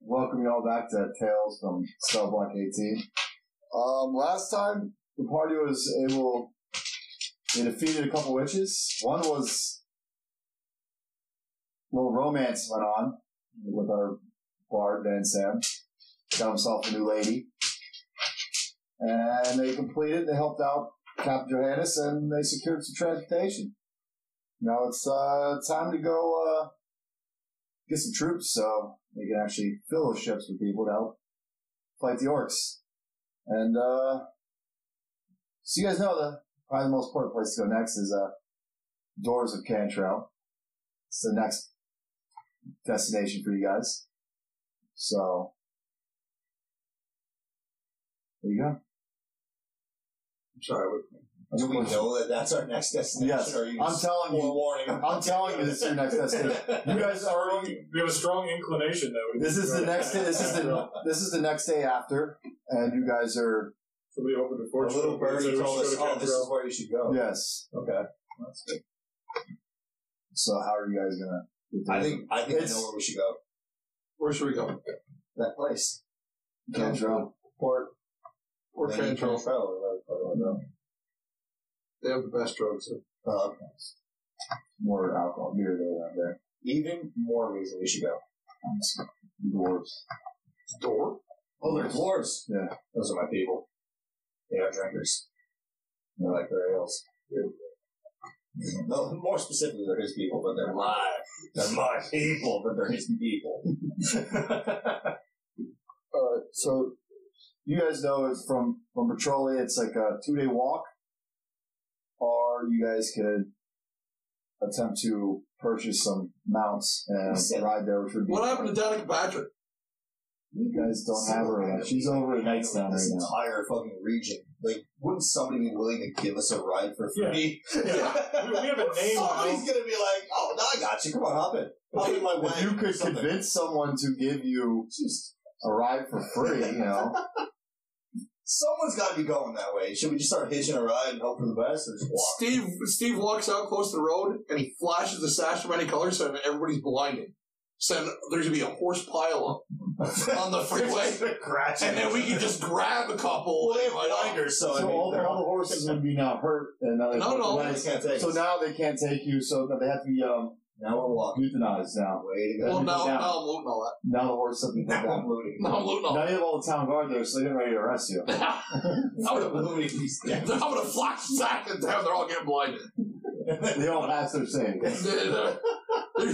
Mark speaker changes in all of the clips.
Speaker 1: Welcome y'all back to Tales from Cell Block 18. Um, last time, the party was able, they defeated a couple witches. One was, a little romance went on with our bard, Van Sam. Got himself a new lady. And they completed, they helped out Captain Johannes, and they secured some transportation. Now it's uh, time to go uh, get some troops so they can actually fill those ships with people to help fight the orcs. And uh, so you guys know the probably the most important place to go next is uh, Doors of Cantrell. It's the next destination for you guys. So there you go.
Speaker 2: Sorry.
Speaker 1: Of
Speaker 2: Do we
Speaker 1: course-
Speaker 2: know that that's our next destination?
Speaker 1: Yes.
Speaker 2: Or are you
Speaker 1: I'm
Speaker 2: just
Speaker 1: telling you.
Speaker 2: forewarning?
Speaker 1: I'm telling you, this is your next destination. You guys already
Speaker 3: We have a strong inclination that we
Speaker 1: This is the next day. This is the this is the next day after, and you guys are
Speaker 3: somebody opened a
Speaker 2: A
Speaker 3: fortune.
Speaker 2: little birdie
Speaker 3: Said we
Speaker 2: told
Speaker 3: should
Speaker 2: us,
Speaker 3: go to
Speaker 2: "Oh, this
Speaker 3: Cantrell."
Speaker 2: is where you should go."
Speaker 1: yes.
Speaker 2: Okay.
Speaker 1: That's good. So how are you guys gonna? Get there?
Speaker 2: I think I think I
Speaker 1: It's-
Speaker 2: know where we should go.
Speaker 4: Where should we go?
Speaker 2: That place.
Speaker 1: Cantrell.
Speaker 4: Port. Or
Speaker 2: Lady
Speaker 4: Cantrell.
Speaker 2: Cantrell, or whatever it's called.
Speaker 4: They have the best drugs. so-
Speaker 2: Uh,
Speaker 1: more alcohol beer there around there.
Speaker 2: even more reason we should go.
Speaker 1: Dwarves.
Speaker 4: Door?
Speaker 2: Oh, they're dwarves.
Speaker 1: Yeah.
Speaker 2: Those are my people. They are drinkers. They like their ales. Well, more specifically, they're his people, but they're my, they're my people, but they're his people.
Speaker 1: Uh, so you guys know it's from from Petroli. It's like a two day walk, or you guys could attempt to purchase some mounts and ride there, which would be
Speaker 4: What happened to Danica Patrick?
Speaker 1: You guys don't have her. yet. She's over at Knightstown right
Speaker 2: this
Speaker 1: now.
Speaker 2: entire fucking region. Like, wouldn't somebody be willing to give us a ride for
Speaker 3: Yeah.
Speaker 2: free?
Speaker 3: Yeah. We- we have a name
Speaker 2: Somebody's gonna be like, "Oh, no, I got you. Come on, hop in. Hop in my
Speaker 1: If
Speaker 2: wagon."
Speaker 1: you
Speaker 2: or
Speaker 1: could
Speaker 2: something.
Speaker 1: convince someone to give you
Speaker 2: Jeez.
Speaker 1: a ride for free, you know,
Speaker 2: someone's got to be going that way. Should we just start hitching a ride and hope for the best, or just walk?
Speaker 4: Steve Steve walks out close to the road and he flashes the sash of many colors so that everybody's blinded. So there's gonna be a horse pile up on the freeway, and then we can just grab a couple.
Speaker 2: Well, they have
Speaker 4: and light up.
Speaker 2: blinders, so, I
Speaker 1: so
Speaker 2: mean,
Speaker 1: all, the-
Speaker 2: they're
Speaker 1: all the horses would be now hurt, and now they
Speaker 4: No, no.
Speaker 1: and
Speaker 2: They can't take
Speaker 1: So
Speaker 2: us.
Speaker 1: now they can't take you, so that they have to be um,
Speaker 2: Now we're walking.
Speaker 1: euthanized now.
Speaker 2: Way to go.
Speaker 4: Well, now,
Speaker 1: Yeah.
Speaker 4: now I'm looting all
Speaker 1: Now the horse doesn't come
Speaker 2: now
Speaker 1: down.
Speaker 2: I'm looting.
Speaker 4: that. Now I'm looting all
Speaker 1: Now you have all the town guard there, so they're ready to arrest you.
Speaker 4: that. I would have,
Speaker 2: looting these
Speaker 4: I would have flashed the sash and down. They're all getting blinded.
Speaker 1: They all pass their saying.
Speaker 4: There's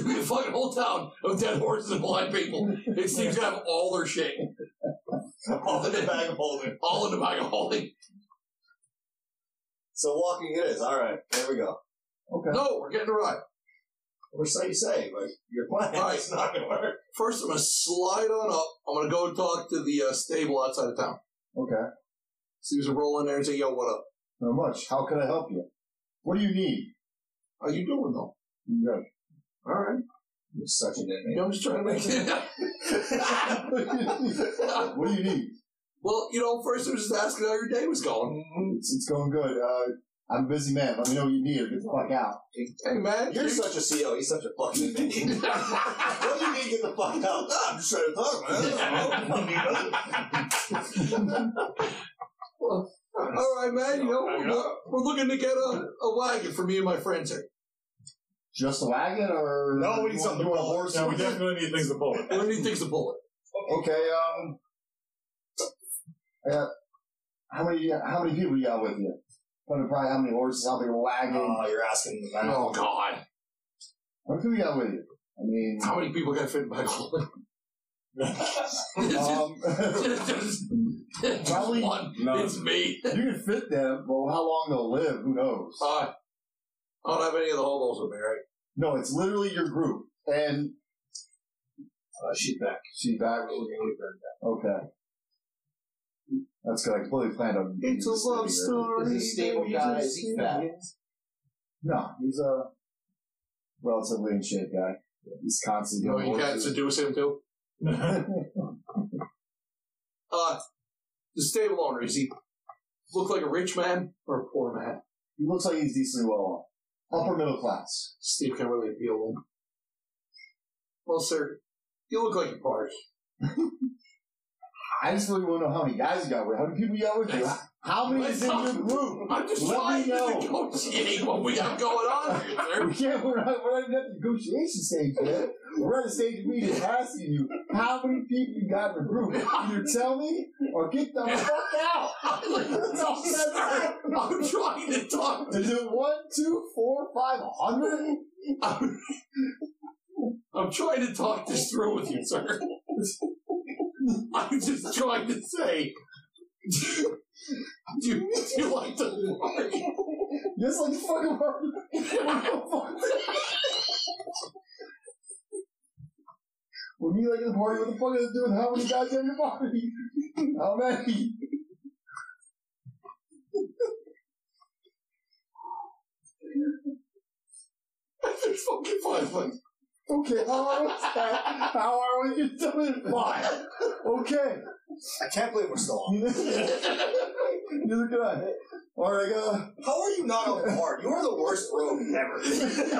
Speaker 4: gonna be a fucking whole town of dead horses and blind people. It seems to have all their shit,
Speaker 2: off in the bag of holding.
Speaker 4: all in the bag of holding.
Speaker 2: So walking it is. All right, there we go.
Speaker 1: Okay.
Speaker 4: No, we're getting it right.
Speaker 2: Or so you say, but your plan
Speaker 4: All right.
Speaker 2: is not going to work.
Speaker 4: First, I'm gonna slide on up. I'm gonna go talk to the uh, stable outside of town.
Speaker 1: Okay.
Speaker 4: See who's roll in there and say, "Yo, what up?
Speaker 1: Not much. How can I help you? What do you need?
Speaker 4: How you doing, though?
Speaker 1: You got
Speaker 4: All right.
Speaker 2: You're such an
Speaker 4: You
Speaker 2: inmate.
Speaker 4: know, I'm just trying to make it."
Speaker 1: what do you need?
Speaker 4: well, you know, first I was just asking how your day was going.
Speaker 1: It's, Um, it's going good. Uh, I'm a busy man. Let me know what you need or get the fuck out.
Speaker 4: Hey, man.
Speaker 2: You're such a CEO. He's such a fucking inmate. what do you mean get the fuck out? No, I'm just trying to talk, man. I don't know. I mean,
Speaker 4: All right, man. You know, we're, look- we're looking to get a, a wagon for me and my friends here.
Speaker 1: Just a wagon or
Speaker 2: No, we need something
Speaker 1: You want a
Speaker 2: to
Speaker 1: horse?
Speaker 3: Yeah, we definitely need things to pull.
Speaker 4: What do you think's a bullet?
Speaker 1: Okay. Um. I got how many? How many people you got with you? Probably, probably how many horses? How big a wagon?
Speaker 2: Oh, you're asking. I don't know.
Speaker 4: Oh God!
Speaker 1: how many people you got with you? I mean,
Speaker 4: How many people got fit in my hole?
Speaker 1: um, Probably-
Speaker 4: Probably one.
Speaker 3: No.
Speaker 4: It's me.
Speaker 1: you can fit them. Well, how long they'll live? Who knows?
Speaker 4: Uh, I don't have any of the hobos with me, right?
Speaker 1: No, it's literally your group. And
Speaker 2: Uh, she's back.
Speaker 1: she back. Okay. That's good. I completely planned on.
Speaker 4: story.
Speaker 1: No, he's a relatively in shape guy. He's constantly
Speaker 4: You know,
Speaker 1: doing
Speaker 4: you can't
Speaker 1: horses.
Speaker 4: seduce him too. Uh, the stable owner is he look like a rich man or a poor man?
Speaker 1: He looks like he's decently well off, upper middle class.
Speaker 4: Steve can really appeal to him. Well, sir, you look like a bard.
Speaker 1: I just really want to know how many guys you got with. How many people you got with you? How many is in your group?
Speaker 4: I'm just
Speaker 1: Let me
Speaker 4: trying to
Speaker 1: know.
Speaker 4: negotiate what we got going on here, sir.
Speaker 1: We can't, we're not, we're not at the negotiation stage yet. We're at the stage of me just asking you how many people you got in the group. Either tell me or get the fuck out.
Speaker 4: I'm like, no, sir. I'm trying to talk.
Speaker 1: Is it one, two, four, five hundred?
Speaker 4: I'm, I'm trying to talk this through with you, sir. I'm just trying to say. Do you, do you like to party?
Speaker 1: Just like the fucking word. When you like in the party, what the fuck does it do with how many guys are in your party? How many?
Speaker 4: There's fucking five of us.
Speaker 1: Okay, how are we? How are we doing? Five. Okay.
Speaker 2: I can't believe we're still on.
Speaker 1: Neither can I. All right, uh,
Speaker 2: How are you not on par? You are the worst rogue ever.
Speaker 1: 375.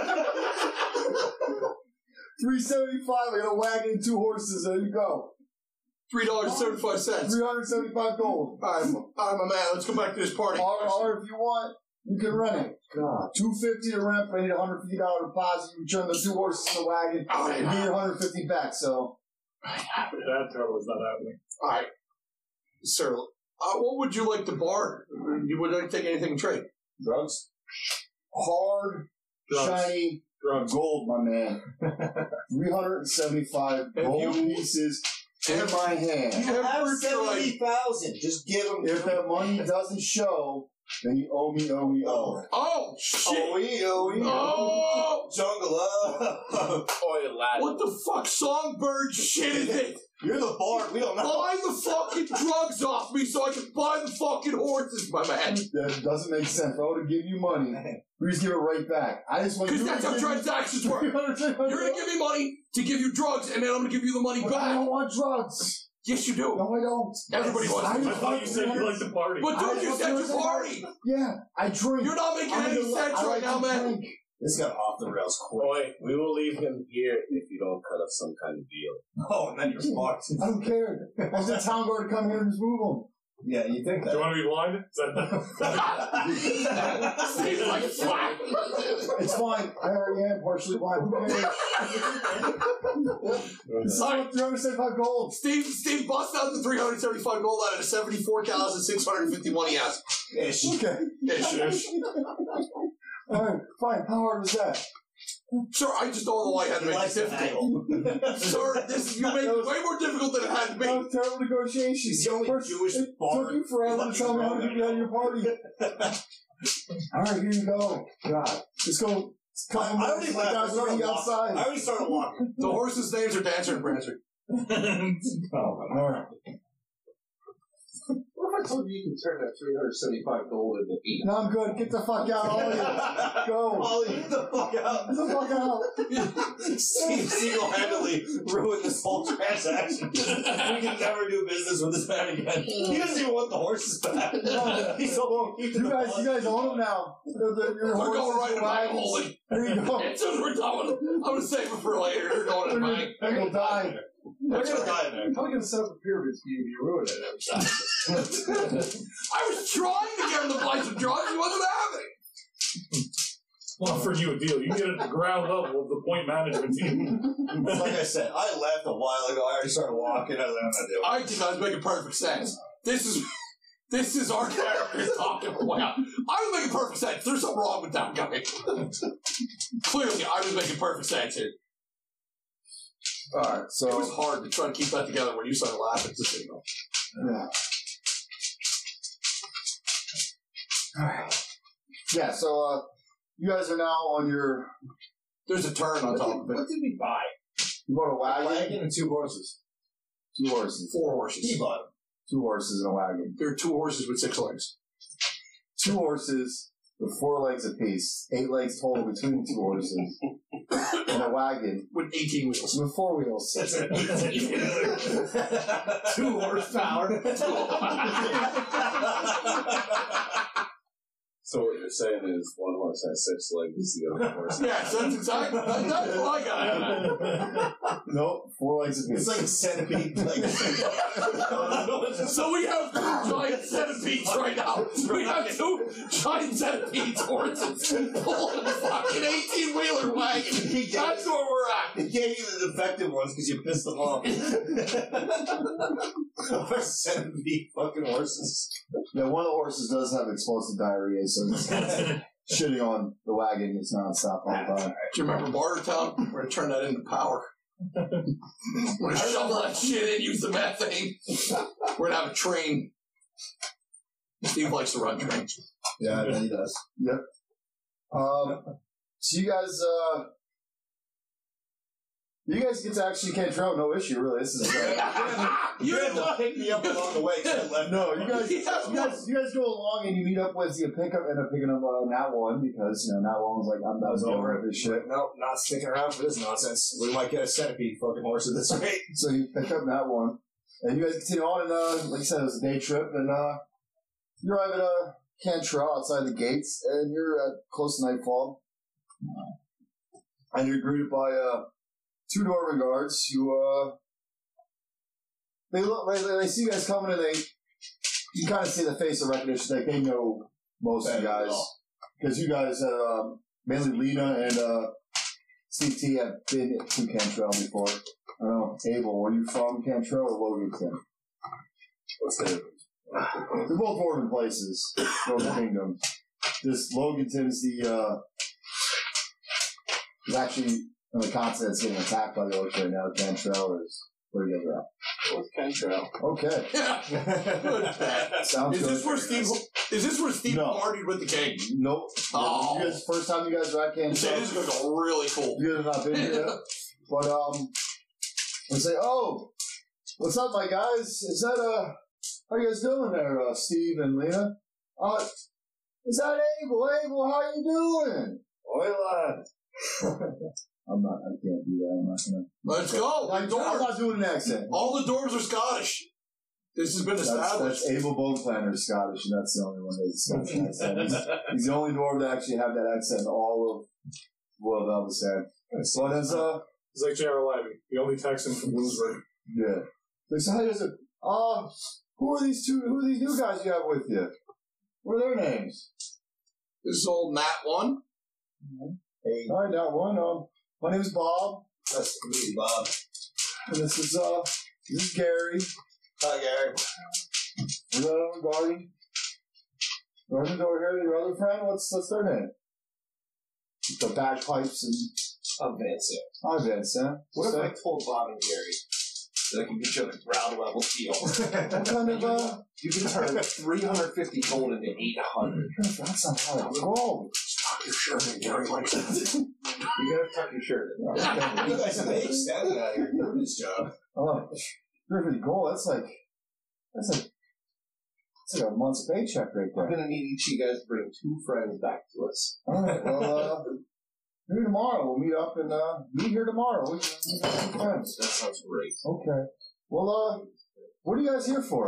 Speaker 1: I got a wagon and two horses. There you go.
Speaker 4: Three dollars and seventy-five cents.
Speaker 1: 375 gold.
Speaker 4: I'm, I'm a man. Let's go back to this party.
Speaker 1: Or, or if you want, you can rent it. God. 250 to rent, paid $150 deposit. You return the two horses and the wagon.
Speaker 4: All
Speaker 1: You
Speaker 4: right,
Speaker 1: need 150 back, so.
Speaker 3: That trouble is not happening.
Speaker 4: all right. sir. Uh, what would you like to bar? You would like to take anything in trade?
Speaker 1: Drugs? Hard,
Speaker 3: Drugs.
Speaker 1: shiny
Speaker 3: Drugs.
Speaker 1: gold, my man. 375
Speaker 4: If
Speaker 1: gold
Speaker 4: you-
Speaker 1: pieces in
Speaker 4: If-
Speaker 1: my hand.
Speaker 2: You have
Speaker 4: Ever tried-
Speaker 2: seventy thousand. Just give them.
Speaker 1: If that money doesn't show, then you owe me, owe me, owe.
Speaker 4: Oh shit!
Speaker 2: we, oh, we.
Speaker 4: Oh,
Speaker 2: Jungle uh, up.
Speaker 3: Oh,
Speaker 5: Oi, lad.
Speaker 4: what the fuck, songbird shit is it?
Speaker 2: You're the bard. We don't know.
Speaker 4: Buy the fucking drugs off me so I can buy the fucking horses, my man.
Speaker 1: That doesn't make sense. If I would to give you money, we just give it right back. I just want you
Speaker 4: Because
Speaker 1: to
Speaker 4: that's how
Speaker 1: give me
Speaker 4: transactions work. You're
Speaker 1: 300,
Speaker 4: gonna give me money to give you drugs, and then I'm gonna give you the money
Speaker 1: But I don't
Speaker 4: back.
Speaker 1: want drugs.
Speaker 4: Yes, you do.
Speaker 1: No, I don't.
Speaker 4: Everybody wants
Speaker 1: I
Speaker 4: to.
Speaker 3: I thought you said you liked to party.
Speaker 4: But dude, you said your party.
Speaker 1: Yeah, I drink.
Speaker 4: You're not making
Speaker 1: I'm
Speaker 4: any
Speaker 1: the-
Speaker 4: sense
Speaker 1: I
Speaker 4: right
Speaker 1: like
Speaker 4: now,
Speaker 1: to
Speaker 4: man.
Speaker 1: drink.
Speaker 2: This got off the rails quick.
Speaker 5: Oi, we will leave him here if you don't cut us some kind of deal.
Speaker 2: Oh, and then you're smart.
Speaker 1: I don't care. I was the town guard to come here and just move them.
Speaker 2: Yeah, you think
Speaker 3: Do you want to be blind? Is that-
Speaker 4: He's like, fuck.
Speaker 1: It's fine. I already am partially blind. Who cares? It's
Speaker 4: Sorry.
Speaker 1: not 375 gold.
Speaker 4: Steve, Steve bust out the 375 gold out of the 74,651 he has.
Speaker 2: Ish.
Speaker 1: Okay. All right, fine. How hard was that?
Speaker 4: Sir, I just don't know why you had to make
Speaker 2: Like
Speaker 4: this difficult. Sir, this you made it way more difficult than it had to be.
Speaker 1: That was terrible negotiations.
Speaker 2: He's the only Jewish
Speaker 1: it took
Speaker 2: bard.
Speaker 1: you forever to tell me how many people you had in your party. All right, here you go. God, let's go. It's a
Speaker 2: I
Speaker 1: couple
Speaker 2: already
Speaker 1: minutes. The
Speaker 2: left.
Speaker 1: guys
Speaker 2: I
Speaker 1: already
Speaker 2: started
Speaker 1: outside.
Speaker 2: I already started walking.
Speaker 4: The horses' names are Dancer and Prancer.
Speaker 1: Oh, All right.
Speaker 5: What if I told you you can turn that 375 gold into eight?
Speaker 1: No, I'm good. Get the fuck out, all of you. Go.
Speaker 2: Ollie, get the fuck out.
Speaker 1: Get the fuck out.
Speaker 2: Steve single-handedly ruined this whole transaction. we can never do business with this man again. He doesn't even want the horses back. He's so
Speaker 1: You guys, you guys own them now. They're the- your
Speaker 4: We're
Speaker 1: horses,
Speaker 4: going right
Speaker 1: your
Speaker 4: in my
Speaker 1: wagons.
Speaker 4: hole.
Speaker 1: There you go.
Speaker 4: As soon as we're done with it, I'm going to save it for later. You're going in my.
Speaker 1: They're gonna die.
Speaker 2: They're gonna die there.
Speaker 1: How are we gonna set up a pyramid scheme if you ruin it?
Speaker 4: I was trying to get him to buy some drugs. He wasn't having it.
Speaker 3: Offered you a deal. You get at the ground level of the point management team.
Speaker 2: Like I said, I left a while ago. I already started walking. I was like, I'm not doing it.
Speaker 4: I think I was making perfect sense. This is. This is our character talking about. I was making perfect sense. There's something wrong with that guy. Clearly, I was making perfect sense here.
Speaker 1: All right,
Speaker 4: It was
Speaker 1: so
Speaker 4: hard to try to keep that together when you started laughing. Just so you know.
Speaker 1: yeah. All right. Yeah, so uh, you guys are now on your uh,
Speaker 4: There's a turn on top of it.
Speaker 2: did we buy?
Speaker 1: You bought a
Speaker 2: A
Speaker 1: wagon,
Speaker 2: wagon and two horses.
Speaker 1: two horses,
Speaker 4: Four
Speaker 2: He
Speaker 4: horses.
Speaker 2: bought
Speaker 1: two horses and a wagon,
Speaker 4: There are two horses with six legs.
Speaker 1: two horses with four legs apiece, eight legs total between the two horses, and a wagon
Speaker 4: With 18 wheels.
Speaker 1: with four wheels.
Speaker 2: them.
Speaker 4: Two horsepower.
Speaker 5: So what you're saying is one horse has six legs, the other horse.
Speaker 4: yes, that's exactly that's what I got. out of
Speaker 1: Nope, four legs of
Speaker 2: It's
Speaker 1: beef.
Speaker 2: like a centipede. Like, it's just
Speaker 4: So we have two giant centipedes right now. We have two giant centipedes horses pulling a fucking 18 wheeler wagon.
Speaker 2: he gave,
Speaker 4: That's where we're at.
Speaker 2: he gave you the defective ones because you pissed them off. or centipede fucking horses.
Speaker 1: Yeah, one of the horses does have explosive diarrhea, so it's shitting on the wagon is nonstop all the time.
Speaker 4: Do you remember Bartertown? We're gonna turn that into power. We're gonna shovel that shit in, use the methane. We're gonna have a train. Steve likes to run trains.
Speaker 1: Yeah, I bet he does. Yep. Um, so you guys, uh, you guys get to actually Cantrell, no issue, really. This is uh,
Speaker 2: You had to pick me up along the way. 'cause I left.
Speaker 1: no, you guys, you
Speaker 4: Yeah.
Speaker 1: guys, you guys go along and you meet up with you pick up end up picking up on that one because you know that one was like I'm
Speaker 2: I
Speaker 1: not
Speaker 2: was
Speaker 1: over
Speaker 2: over
Speaker 1: with this shit.
Speaker 2: No, not sticking around for this nonsense. We might get a centipede fucking horse at this rate.
Speaker 1: So you pick up that one, and you guys continue on. And uh, like I said, it was a day trip, and uh, you arrive at uh, Cantrell outside the gates, and you're at close to nightfall, and you're greeted by uh, two Norman guards who uh, they look they, they- they see you guys coming, and they you kind of see the face of recognition. Like they know most of you guys because you guys had um, mainly Lena and uh, CT have been to Cantrell before. I don't know, Abel, are you from Cantrell or Loganton?
Speaker 5: What's that?
Speaker 1: They're both northern places, northern kingdoms. This Loganton's the uh, is actually on the continent that's getting attacked by the orcs right now. Cantrell is where you guys
Speaker 5: What's Cantrell?
Speaker 1: at. Okay, sounds
Speaker 4: Is
Speaker 1: good.
Speaker 4: this where Steve? Is this where Steve
Speaker 1: No.
Speaker 4: partied with the king?
Speaker 1: Nope.
Speaker 4: Oh.
Speaker 1: You guys, first time you guys are at
Speaker 4: Shit,
Speaker 1: Cantrell.
Speaker 4: this is gonna go really cool.
Speaker 1: You guys have not been here yet. But um, and say, oh, what's up, my guys? Is that uh, how you guys doing there, uh, Steve and Lena? Uh, is that Abel? Abel, how you doing?
Speaker 2: Oi, lad.
Speaker 1: I'm not. I can't do that. I'm not gonna.
Speaker 4: Let's go.
Speaker 1: I'm, I'm not doing an accent.
Speaker 4: All the dwarves are Scottish. This has been
Speaker 1: That's,
Speaker 4: established.
Speaker 1: that's Abel Bogeplanter is Scottish, and that's the only one that's Scottish accent. He's, he's the only dwarf to actually have that accent in all of World of Elvistan. So that's uh,
Speaker 3: It's like J.R. Levy, the only Texan from Bloomsburg.
Speaker 1: Yeah. They said, "Hey, said, uh, who are these two? Who are these new guys you have with you? What are their names?"
Speaker 4: This is old Matt one.
Speaker 1: Hey. All right, that one. Um, my name's Bob,
Speaker 2: That's me, Bob.
Speaker 1: and this is uh, this is Gary.
Speaker 2: Hi, Gary.
Speaker 1: And then I'm Guardian. Guardian's over here. Your other friend. What's what's their name? The bagpipes and
Speaker 2: I'm Vincent.
Speaker 1: I Vince, huh?
Speaker 2: What
Speaker 1: So-
Speaker 2: if I told Bob and Gary that I can get you a ground level deal?
Speaker 1: what kind of uh?
Speaker 2: You can turn 350 gold into 800.
Speaker 1: That's not how it goes.
Speaker 4: You're sure Gary likes that.
Speaker 2: You gotta tuck your shirt in. You guys make sense out here doing this job.
Speaker 1: Oh, Griffin Gold. That's like that's like that's like a month's paycheck right there.
Speaker 2: I'm gonna need each of you guys to bring two friends back to us.
Speaker 1: All right. Well, uh, maybe tomorrow we'll meet up and uh, meet here tomorrow. We, we got some friends.
Speaker 2: That sounds great.
Speaker 1: Okay. Well, uh, what are you guys here for?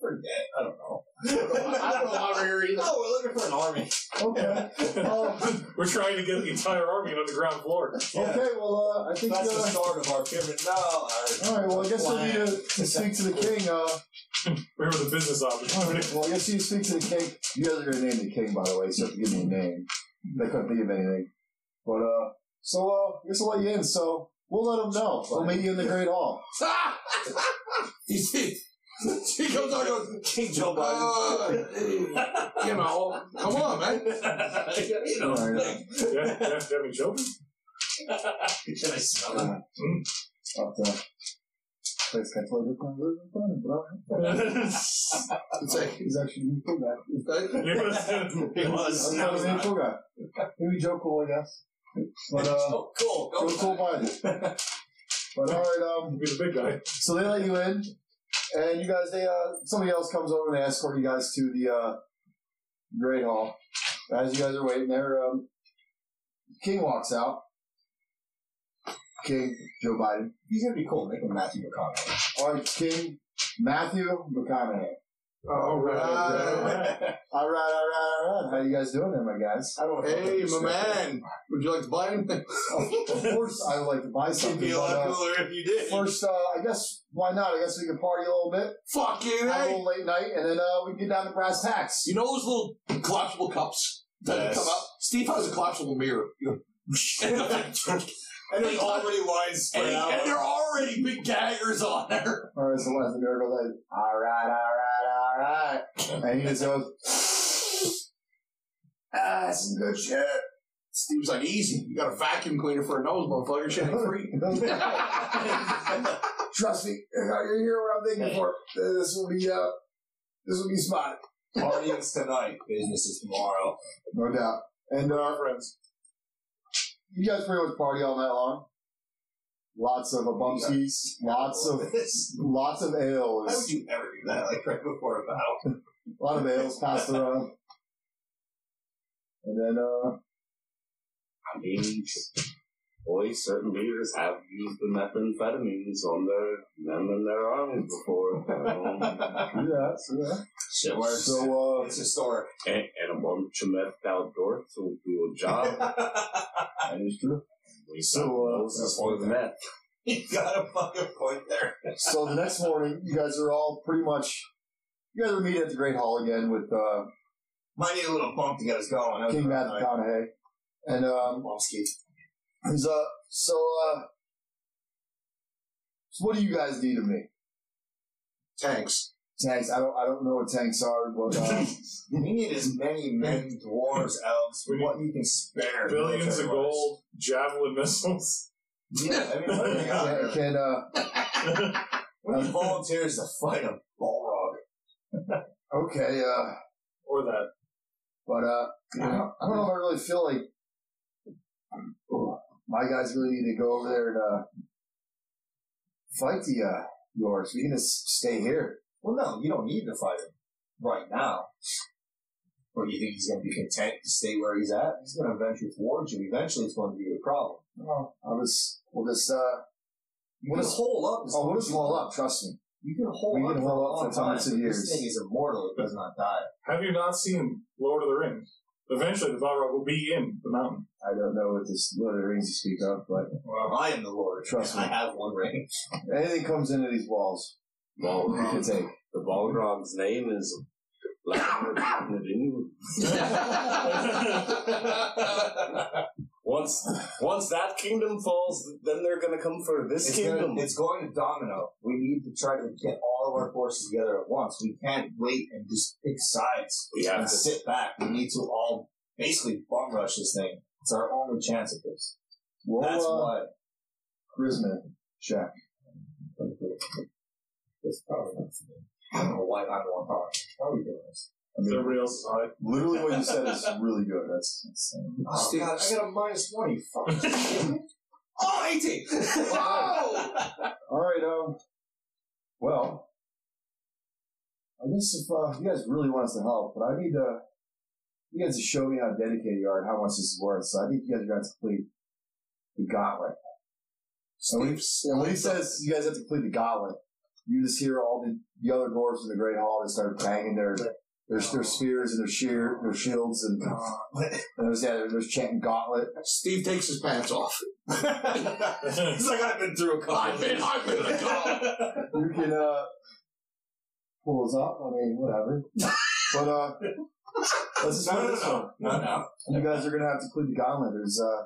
Speaker 2: Forget. I don't know.
Speaker 4: I don't know why we're here either.
Speaker 2: No, we're looking for an army.
Speaker 1: Okay. Uh,
Speaker 3: We're trying to get the entire army on the ground floor.
Speaker 1: okay. Well, uh, I think.
Speaker 2: That's the
Speaker 1: Uh,
Speaker 2: start of our pyramid. No, all right.
Speaker 1: all right. Well, I guess we'll need to, to speak to the king. Uh, all
Speaker 3: We were the business
Speaker 1: right,
Speaker 3: office.
Speaker 1: well, I guess you speak to the king. You guys are gonna name the king, by the way. So you have to give me a name. They couldn't think of anything. But uh, so uh, I guess I'll let you in. So we'll let him know. We'll meet you in the great hall.
Speaker 4: he, he, he comes out and goes,
Speaker 2: King Joe
Speaker 4: uh,
Speaker 2: Biden.
Speaker 4: you know, "Oh, come on, man.
Speaker 2: you know,
Speaker 1: All right, uh,
Speaker 3: Yeah, yeah, having children.
Speaker 2: can I smell it?
Speaker 1: Uh, up there. Place got toilet paper, but alright.
Speaker 4: It's like,
Speaker 1: He's actually a cool guy.
Speaker 4: that-
Speaker 3: Yes.
Speaker 2: It was.
Speaker 1: He's
Speaker 2: Now
Speaker 1: actually a
Speaker 2: it's
Speaker 1: cool guy. Maybe Joe Cool, I guess. But uh,
Speaker 2: Oh, cool.
Speaker 1: Joe
Speaker 2: Go.
Speaker 1: Cool Biden. But alright, um,
Speaker 3: Be the big guy.
Speaker 1: so they let you in, and you guys, they uh, somebody else comes over and they escort you guys to the uh, Great Hall. As you guys are waiting there, um, King walks out. King Joe Biden.
Speaker 2: He's gonna be cool. Make him Matthew McConaughey.
Speaker 1: All right, King Matthew McConaughey.
Speaker 3: All right.
Speaker 1: All right, all right, all Brad. How you guys doing there, my guys?
Speaker 2: I don't
Speaker 4: Hey, my man, would you like to buy anything?
Speaker 1: of course, I would like to buy
Speaker 2: It'd
Speaker 1: something.
Speaker 2: be a
Speaker 1: But,
Speaker 2: lot
Speaker 1: uh,
Speaker 2: cooler if you did.
Speaker 1: first, uh, I guess why not? I guess we can party a little bit, have
Speaker 4: Fucking
Speaker 1: a
Speaker 4: hey!
Speaker 1: little late night, and then uh, we can get down to brass tacks.
Speaker 4: You know those little collapsible cups that
Speaker 2: Yes.
Speaker 4: come up? Steve has a collapsible mirror. and,
Speaker 2: and there's already lines spread out.
Speaker 4: and there are already big daggers on there.
Speaker 1: Or as the last nerd was like, all right, all right, all right, and he just goes, ah, that's some good shit.
Speaker 4: Steve's like, easy. You got a vacuum cleaner for a nose, motherfucker. Shit ain't free.
Speaker 1: Trust me, you're here what I'm thinking for. This will be uh, this will be spotted.
Speaker 2: Partying's tonight. Business is tomorrow.
Speaker 1: No doubt. And uh,
Speaker 2: friends.
Speaker 1: you guys pretty much party all night long. Lots of abumskies, lots of lots of
Speaker 2: Why would
Speaker 1: ales,
Speaker 2: you ever do that? Like right before a battle.
Speaker 1: a lot of ales passed around. And then uh,
Speaker 5: I mean, boys, certain leaders have used the methamphetamines on their men and their armies before. Um,
Speaker 1: yeah, so, yeah.
Speaker 5: shit
Speaker 1: So uh,
Speaker 2: It's historic.
Speaker 5: And, and a bunch of meth out dorks will do a job.
Speaker 1: that is true. So, uh,
Speaker 5: Moses for the meth.
Speaker 2: you got a fucking point there.
Speaker 1: so the next morning, you guys are all pretty much. You guys are meeting at the Great Hall again with uh,
Speaker 2: Might need a little bump to get us going. That was
Speaker 1: King
Speaker 2: a
Speaker 1: Matt
Speaker 2: night.
Speaker 1: McConaughey, and um,
Speaker 2: Bumsky.
Speaker 1: he's uh, so uh, so what do you guys need of me?
Speaker 4: Tanks.
Speaker 1: Tanks. I don't. I don't know what tanks are, but uh,
Speaker 2: We need as many men, dwarves, elves,
Speaker 3: We need
Speaker 2: what you can spare.
Speaker 3: Billions of
Speaker 2: military-wise.
Speaker 3: gold, javelin missiles.
Speaker 2: Yeah, I mean, what do we got
Speaker 1: can,
Speaker 2: there?
Speaker 1: can uh,
Speaker 2: We need volunteers to fight a Balrog.
Speaker 1: okay. Uh,
Speaker 3: or that.
Speaker 1: but uh, I don't, I don't know if I really feel like oh, my guys really need to go over there and uh, fight the uh, yours. We can just stay here.
Speaker 2: Well, no, you don't need to fight him right now. Or you think he's going to be content to stay where he's at? He's going to venture towards you. Eventually, it's going to be a problem.
Speaker 1: Well, I'll just Oh, we'll just uh,
Speaker 2: You
Speaker 1: What
Speaker 2: can
Speaker 1: is-
Speaker 2: hole up. as
Speaker 1: oh, we'll
Speaker 2: long as
Speaker 1: just
Speaker 2: you
Speaker 1: haul
Speaker 2: want.
Speaker 1: up. Trust me.
Speaker 2: You can hold
Speaker 1: We
Speaker 2: up
Speaker 1: can
Speaker 2: for
Speaker 1: hold
Speaker 2: a
Speaker 1: up
Speaker 2: long
Speaker 1: for tons
Speaker 2: time.
Speaker 1: of years.
Speaker 2: This thing is immortal. It does not die.
Speaker 3: Have you not seen Lord of the Rings? Eventually, the Balrog will be in the mountain.
Speaker 1: I don't know what this Lord of the Rings you speak of, but
Speaker 2: Well, I am the Lord.
Speaker 1: Trust
Speaker 2: I
Speaker 1: me.
Speaker 2: have one ring.
Speaker 1: anything comes into these walls, you can
Speaker 5: Balrog.
Speaker 1: take.
Speaker 5: The Balrog's name is Ladin. Once, once that kingdom falls, then they're gonna come for this
Speaker 2: It's
Speaker 5: kingdom.
Speaker 2: going, it's going to domino. We need to try to get all of our forces together at once. We can't wait and just pick sides
Speaker 5: We have
Speaker 2: and
Speaker 5: to-
Speaker 2: sit back. We need to all basically bum rush this thing. It's our only chance at this.
Speaker 1: Roll
Speaker 2: That's
Speaker 1: uh,
Speaker 2: why.
Speaker 1: charisma check.
Speaker 2: It's probably not for me. I don't know why I'm the one talking. Why are we doing this?
Speaker 1: I mean,
Speaker 3: Everybody else is high.
Speaker 1: Literally, what you said is really good. That's, that's
Speaker 2: Oh,
Speaker 4: Steve-
Speaker 2: God, I got a minus one, you fuck. oh, 18!
Speaker 4: Wow.
Speaker 1: all right. Um, well, I guess if uh, you guys really want us to help, but I need to. You guys to show me how dedicated you are and how much this is worth. So I think you guys are going to complete the gauntlet. So when he, and when he says you guys have to complete the gauntlet, you just hear all the, the other dwarves in the great hall that start banging their their, their spears and their sheer their shields and, and there's yeah, they're just chanting gauntlet.
Speaker 4: Steve takes his pants off.
Speaker 2: it's like I've been through a couple
Speaker 4: I've
Speaker 2: of
Speaker 4: been,
Speaker 2: these.
Speaker 4: I've been a dog.
Speaker 1: you can uh pull us up. I mean, whatever. but uh, let's just
Speaker 2: No,
Speaker 1: play
Speaker 2: no,
Speaker 1: this one.
Speaker 2: no, no, no.
Speaker 1: You guys are gonna have to clean the gauntlet. There's uh,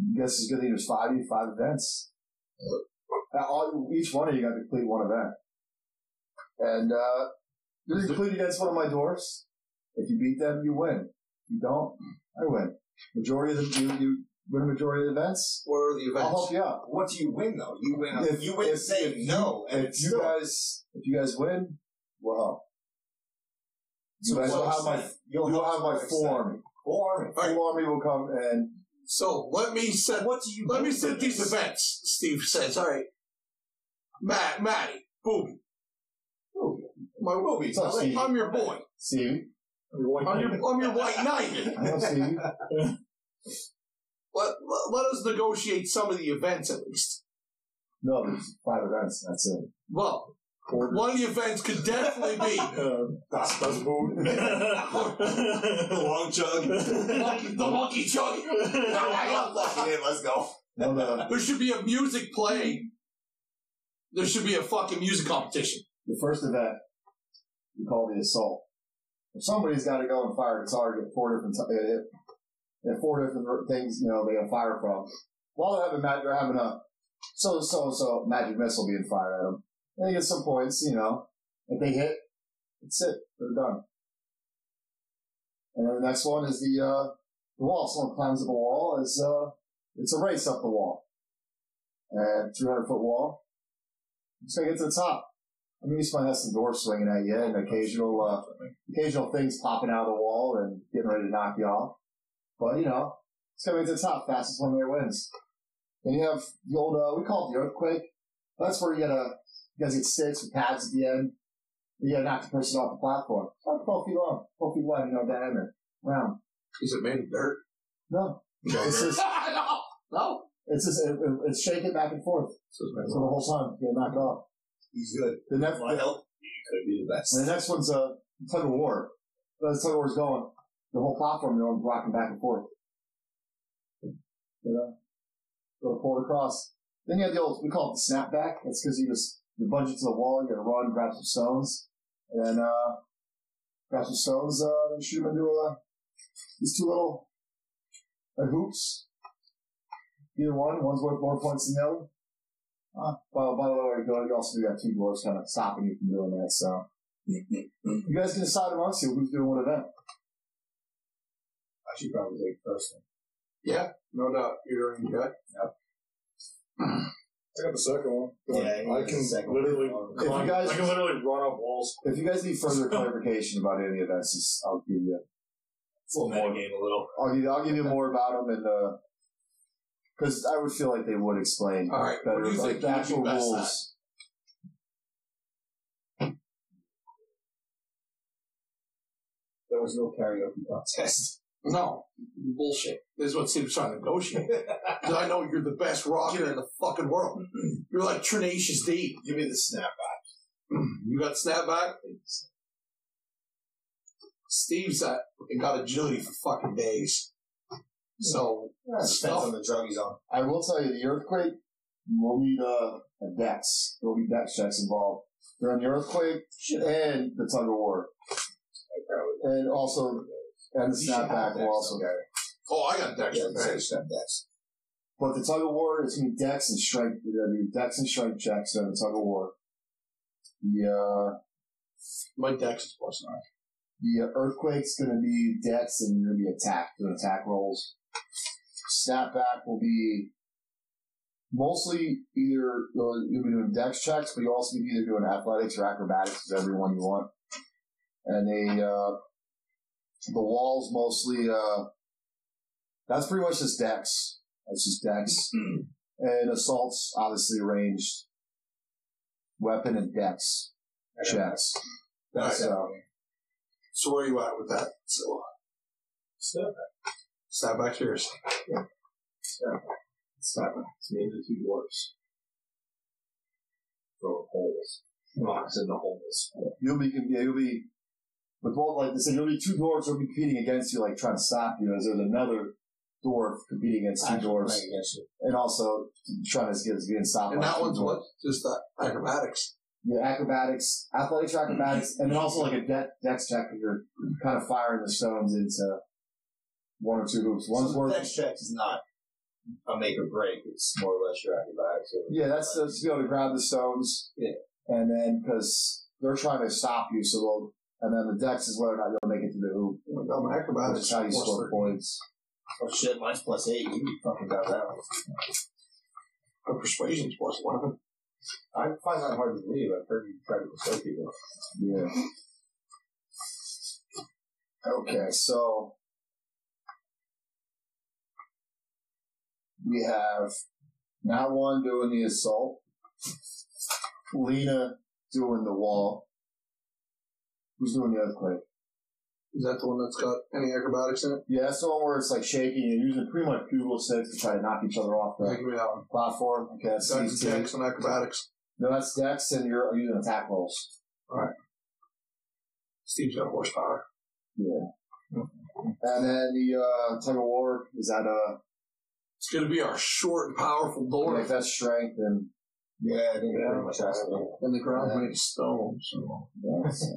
Speaker 1: I guess it's good thing there's five five events. Uh, all, each one of you got to complete one event, and uh, you can complete against one of my dwarfs. If you beat them, you win. If you don't, I win. Majority of the you, you win majority of the events.
Speaker 4: What are the
Speaker 1: I'll
Speaker 4: events?
Speaker 1: help you out.
Speaker 2: What do you win though? You win. A,
Speaker 1: If-
Speaker 2: you win
Speaker 1: if-
Speaker 2: saying no, and
Speaker 1: if you guys if you guys win, wow. You guys will have my
Speaker 2: you'll,
Speaker 1: you'll have my full army.
Speaker 2: Full army.
Speaker 4: All right.
Speaker 1: Full army will come and
Speaker 4: So let me set
Speaker 2: What do you?
Speaker 4: let
Speaker 2: get
Speaker 4: me
Speaker 2: for
Speaker 4: set these
Speaker 2: this?
Speaker 4: events. Steve says, "All right, Matt, Matty, Booby, my Booby,
Speaker 1: What's up, Steve?
Speaker 4: I'm your boy.
Speaker 1: see.
Speaker 4: I'm your, I'm your white knight.
Speaker 1: I don't see you.
Speaker 4: Let, let, let us negotiate some of the events at least.
Speaker 1: No, there's five events. That's it.
Speaker 4: Well,
Speaker 1: Porter.
Speaker 4: One of the events could definitely be
Speaker 3: das, das Boot.
Speaker 2: the long chug.
Speaker 4: Lucky- the Lucky Chug. I love Lucky.
Speaker 2: Hey, let's go.
Speaker 1: No, the,
Speaker 4: There should be a music playing. There should be a fucking music competition.
Speaker 1: the first event we call the assault. If somebody's got to go and fire a target at four different ti- uh, if, at four different r- things, you know they got fire from. While they're having ma- they're having a so so so magic missile being fired at them. They get some points, you know. If they hit, that's it. They're done. And then the next one is the uh, the wall. Someone climbs up a wall. Is uh, it's a race up the wall. And 300 foot wall. Just gotta get to the top. I mean, you just might have some doors swinging at you and occasional, uh, occasional things popping out of the wall and getting ready to knock you off. But, you know, it's coming to the top. Fastest one there wins. Then you have the old, uh, we call it the earthquake. That's where you gotta, you guys get sticks with pads at the end. You gotta knock the person off the platform. It's about 12 feet long, 12 feet wide, you know, diameter. Round.
Speaker 4: Is it made of dirt?
Speaker 1: No. It's just,
Speaker 4: no. No.
Speaker 1: it's just, it, it, it's shaking back and forth. So the whole time, you get knocked off.
Speaker 2: He's good.
Speaker 1: The next, the,
Speaker 2: Could be the best.
Speaker 1: And the next one's a tug of war. The tug of war's going. The whole platform, you know, is rocking back and forth. You know, go pull it across. Then you have the old, we call it the snapback. That's because you just you budget to the wall, you gotta run, grab some stones, and then uh, grab some stones, uh, then shoot them into uh, these two little uh, hoops. Either one, one's worth more points than the other. Uh, by, by the way, you go- you also do got two doors kind of stopping you from doing that, so. You guys can decide amongst you who's doing what event.
Speaker 2: I should probably take the first one.
Speaker 4: Yeah, no doubt. You're in good.
Speaker 3: I got the second one.
Speaker 2: Yeah, you
Speaker 3: I
Speaker 2: got
Speaker 3: can
Speaker 2: the second one.
Speaker 3: literally
Speaker 2: If
Speaker 1: you
Speaker 3: climb,
Speaker 1: guys-
Speaker 3: I can literally run up walls.
Speaker 1: If you guys need further clarification about any events, just- I'll give you.
Speaker 2: It's a little metagame a little.
Speaker 1: I'll give you. I'll give you more about them and uh 'cause because I would feel like they would explain
Speaker 4: All right,
Speaker 1: better
Speaker 4: what do you
Speaker 1: like,
Speaker 4: think
Speaker 1: the
Speaker 4: you'd be
Speaker 1: actual
Speaker 4: best
Speaker 1: rules.
Speaker 2: There was no karaoke contest.
Speaker 4: No. Bullshit. This is what Steve's trying to negotiate. 'Cause I know you're the best rocker in the fucking world. You're like Tenacious D.
Speaker 2: Give me the snap.
Speaker 4: You got snapback? Steve's at, and got agility for fucking days. So,
Speaker 1: Yeah.
Speaker 2: Depends on the drug he's on.
Speaker 1: I will tell you, the earthquake will need uh, a dex. There'll be dex checks involved during the earthquake and the tug of war, and also and the snapback will also.
Speaker 4: oh, I got dex.
Speaker 2: Yeah,
Speaker 4: advantage.
Speaker 1: But the tug of war is gonna be dex and strength. I mean, dex and strength checks during the tug of war. The uh,
Speaker 4: My dex is plus nine.
Speaker 1: the uh, earthquake's gonna be dex and you're gonna be attacked. Doing attack rolls. Snapback will be mostly either you'll, you'll be doing dex checks, but you will also be either doing athletics or acrobatics, whichever one you want. And they uh, the walls mostly uh, that's pretty much just dex. That's just dex. and assaults obviously ranged. Weapon and dex checks.
Speaker 4: Alright,
Speaker 1: So
Speaker 4: So where are you at with that? So, uh,
Speaker 2: Snap.
Speaker 4: snapback's yours.
Speaker 2: Snap. It's made the two dwarfs. Throw holes. Knocks in the holes.
Speaker 1: you'll be yeah, you'll be with both like they said, you'll be two dwarves will be competing against you, like trying to stop you, as there's another dwarf competing against two dwarves, and also trying to get being stopped.
Speaker 4: And
Speaker 1: by
Speaker 4: that
Speaker 1: two
Speaker 4: one's
Speaker 1: dwarves.
Speaker 4: what? Just that acrobatics.
Speaker 1: Yeah, acrobatics, athletics, or acrobatics, and then also like a de- dex check. where You're kind of firing the stones into one or two hoops. One's
Speaker 2: so the
Speaker 1: worth.
Speaker 2: dex check is not a make or break. It's more or less your acrobatics. or-
Speaker 1: Yeah, that's that's to be able to grab the stones.
Speaker 2: Yeah.
Speaker 1: And then because they're trying to stop you, so they'll. And then the dex is whether or not you'll make it to the hoop.
Speaker 4: Oh my God, my acrobatics.
Speaker 1: That's how you
Speaker 4: is plus
Speaker 1: score
Speaker 4: three.
Speaker 1: points.
Speaker 2: Oh shit, mine's plus eight. You fucking got that one.
Speaker 4: My Oh, persuasion's plus eleven.
Speaker 2: I find that hard to believe. I've heard you try to persuade people.
Speaker 1: Yeah. Okay, so we have Nat one doing the assault, Lena doing the wall. Who's doing the earthquake?
Speaker 4: Is that the one that's got any acrobatics in it?
Speaker 1: Yeah, that's the one where it's like shaking and using pretty much Google sticks to try to knock each other off
Speaker 4: Yeah,
Speaker 1: the
Speaker 4: give me that one.
Speaker 1: platform. Okay, that's
Speaker 4: That's
Speaker 1: Steve's team.
Speaker 4: dex and acrobatics.
Speaker 1: No, that's Dex, and you're using attack rolls.
Speaker 4: Steve's got horsepower.
Speaker 1: And then the uh, tug of war is at a.
Speaker 4: It's going to be our short and powerful
Speaker 1: Uh, if
Speaker 4: door.
Speaker 1: that's strength, and
Speaker 4: Yeah, I think
Speaker 5: Yeah,
Speaker 4: pretty much has to. And the ground made of stone, so
Speaker 1: that's,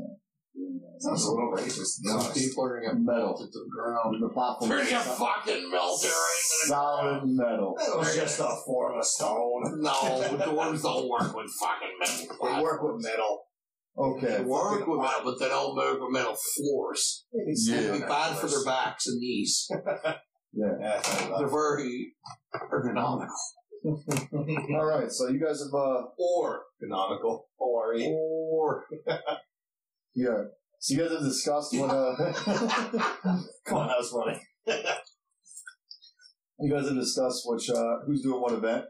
Speaker 5: Sounds a little racist.
Speaker 4: some people are going to get melted to the ground.
Speaker 1: the platform.
Speaker 4: They're
Speaker 1: is
Speaker 4: gonna
Speaker 1: so-
Speaker 4: fucking melt it right
Speaker 1: solid metal.
Speaker 2: That was just a form of stone.
Speaker 4: in the No, doors don't work with fucking metal.
Speaker 2: They
Speaker 4: platforms.
Speaker 2: work with metal.
Speaker 4: They
Speaker 1: Okay.
Speaker 4: work with metal, but they don't work with metal floors. It's gonna be
Speaker 2: Yeah.
Speaker 4: bad for their backs and knees.
Speaker 2: Yeah, I love
Speaker 4: They're very ergonomical.
Speaker 1: All right. So you guys have uh
Speaker 4: Or
Speaker 2: it. economical. Or
Speaker 4: or
Speaker 1: yeah. So you guys have discussed what uh
Speaker 2: come on, that was funny.
Speaker 1: you guys have discussed which uh who's doing what event.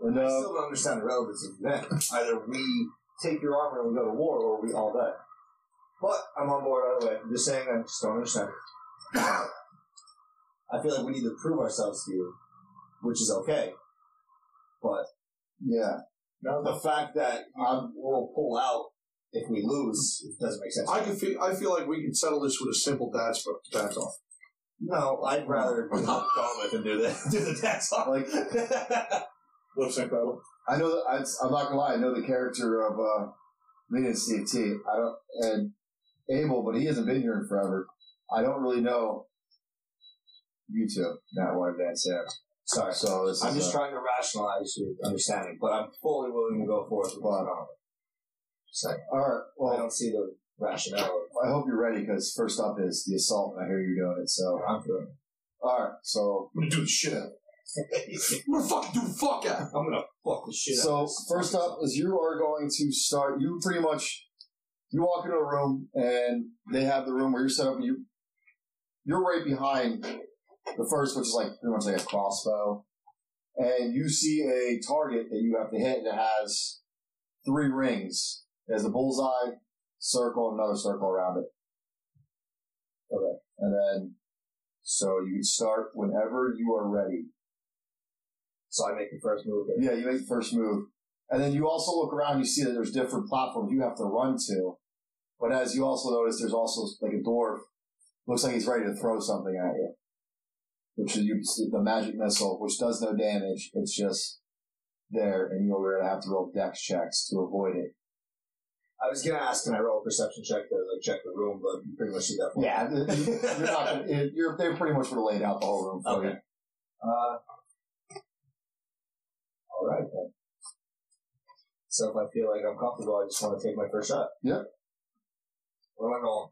Speaker 1: And
Speaker 2: I
Speaker 1: uh
Speaker 2: still don't understand the relevance of that. Either we take your armor and we go to war, or we all die. But I'm on board either way. I'm just saying I just don't understand. I feel like we need to prove ourselves to you, which is okay. But
Speaker 1: yeah.
Speaker 2: the fact that um, we'll pull out if we lose it doesn't make sense.
Speaker 4: I can feel I feel like we can settle this with a simple dance dance off.
Speaker 2: no, I'd rather go with and do that. Do the tax off.
Speaker 1: Like
Speaker 3: Lip sync battle.
Speaker 1: I know that I, I'm not gonna lie. I know the character of uh, me and Steve T. I don't and Abel, but he hasn't been here in forever. I don't really know you two. Not one advance Sam.
Speaker 2: Sorry.
Speaker 1: So this
Speaker 2: I'm
Speaker 1: is
Speaker 2: just
Speaker 1: uh,
Speaker 2: trying to rationalize your understanding, but I'm fully willing to go forth with
Speaker 1: Wow.
Speaker 2: the novel. So
Speaker 1: all right.
Speaker 2: I
Speaker 1: Well,
Speaker 2: don't see the rationale.
Speaker 1: I hope you're ready because first up is the assault, and I hear you're doing it. So
Speaker 2: I'm feeling.
Speaker 1: all right. So
Speaker 3: I'm gonna do the shit out of
Speaker 4: I'm gonna fucking do fuck out.
Speaker 2: I'm gonna fuck the shit out
Speaker 1: so
Speaker 2: of this.
Speaker 1: first up is you are going to start. You pretty much you walk into a room and they have the room where you're set up. And you you're right behind the first, which is like pretty much like a crossbow, and you see a target that you have to hit that has three rings. It has the bullseye, circle, and another circle around it. Okay, and then so you can start whenever you are ready.
Speaker 2: So I make the first move. and-
Speaker 1: Yeah, you make the first move. And then you also look around, you see that there's different platforms you have to run to. But as you also notice, there's also like a dwarf. Looks like he's ready to throw something at you. Which is you can see the magic missile, which does no damage. It's just there, and you're going to have to roll dex checks to avoid it.
Speaker 2: I was gonna ask, can I roll a perception check to like check the room, but you pretty much did that. for me.
Speaker 1: Yeah, you're not gonna, it- you're, they're pretty much going to laid out the whole room for
Speaker 2: Okay.
Speaker 1: you.
Speaker 2: Uh, all right then. So if I feel like I'm comfortable, I just want to take my first shot.
Speaker 1: Yep.
Speaker 2: What am I rolling?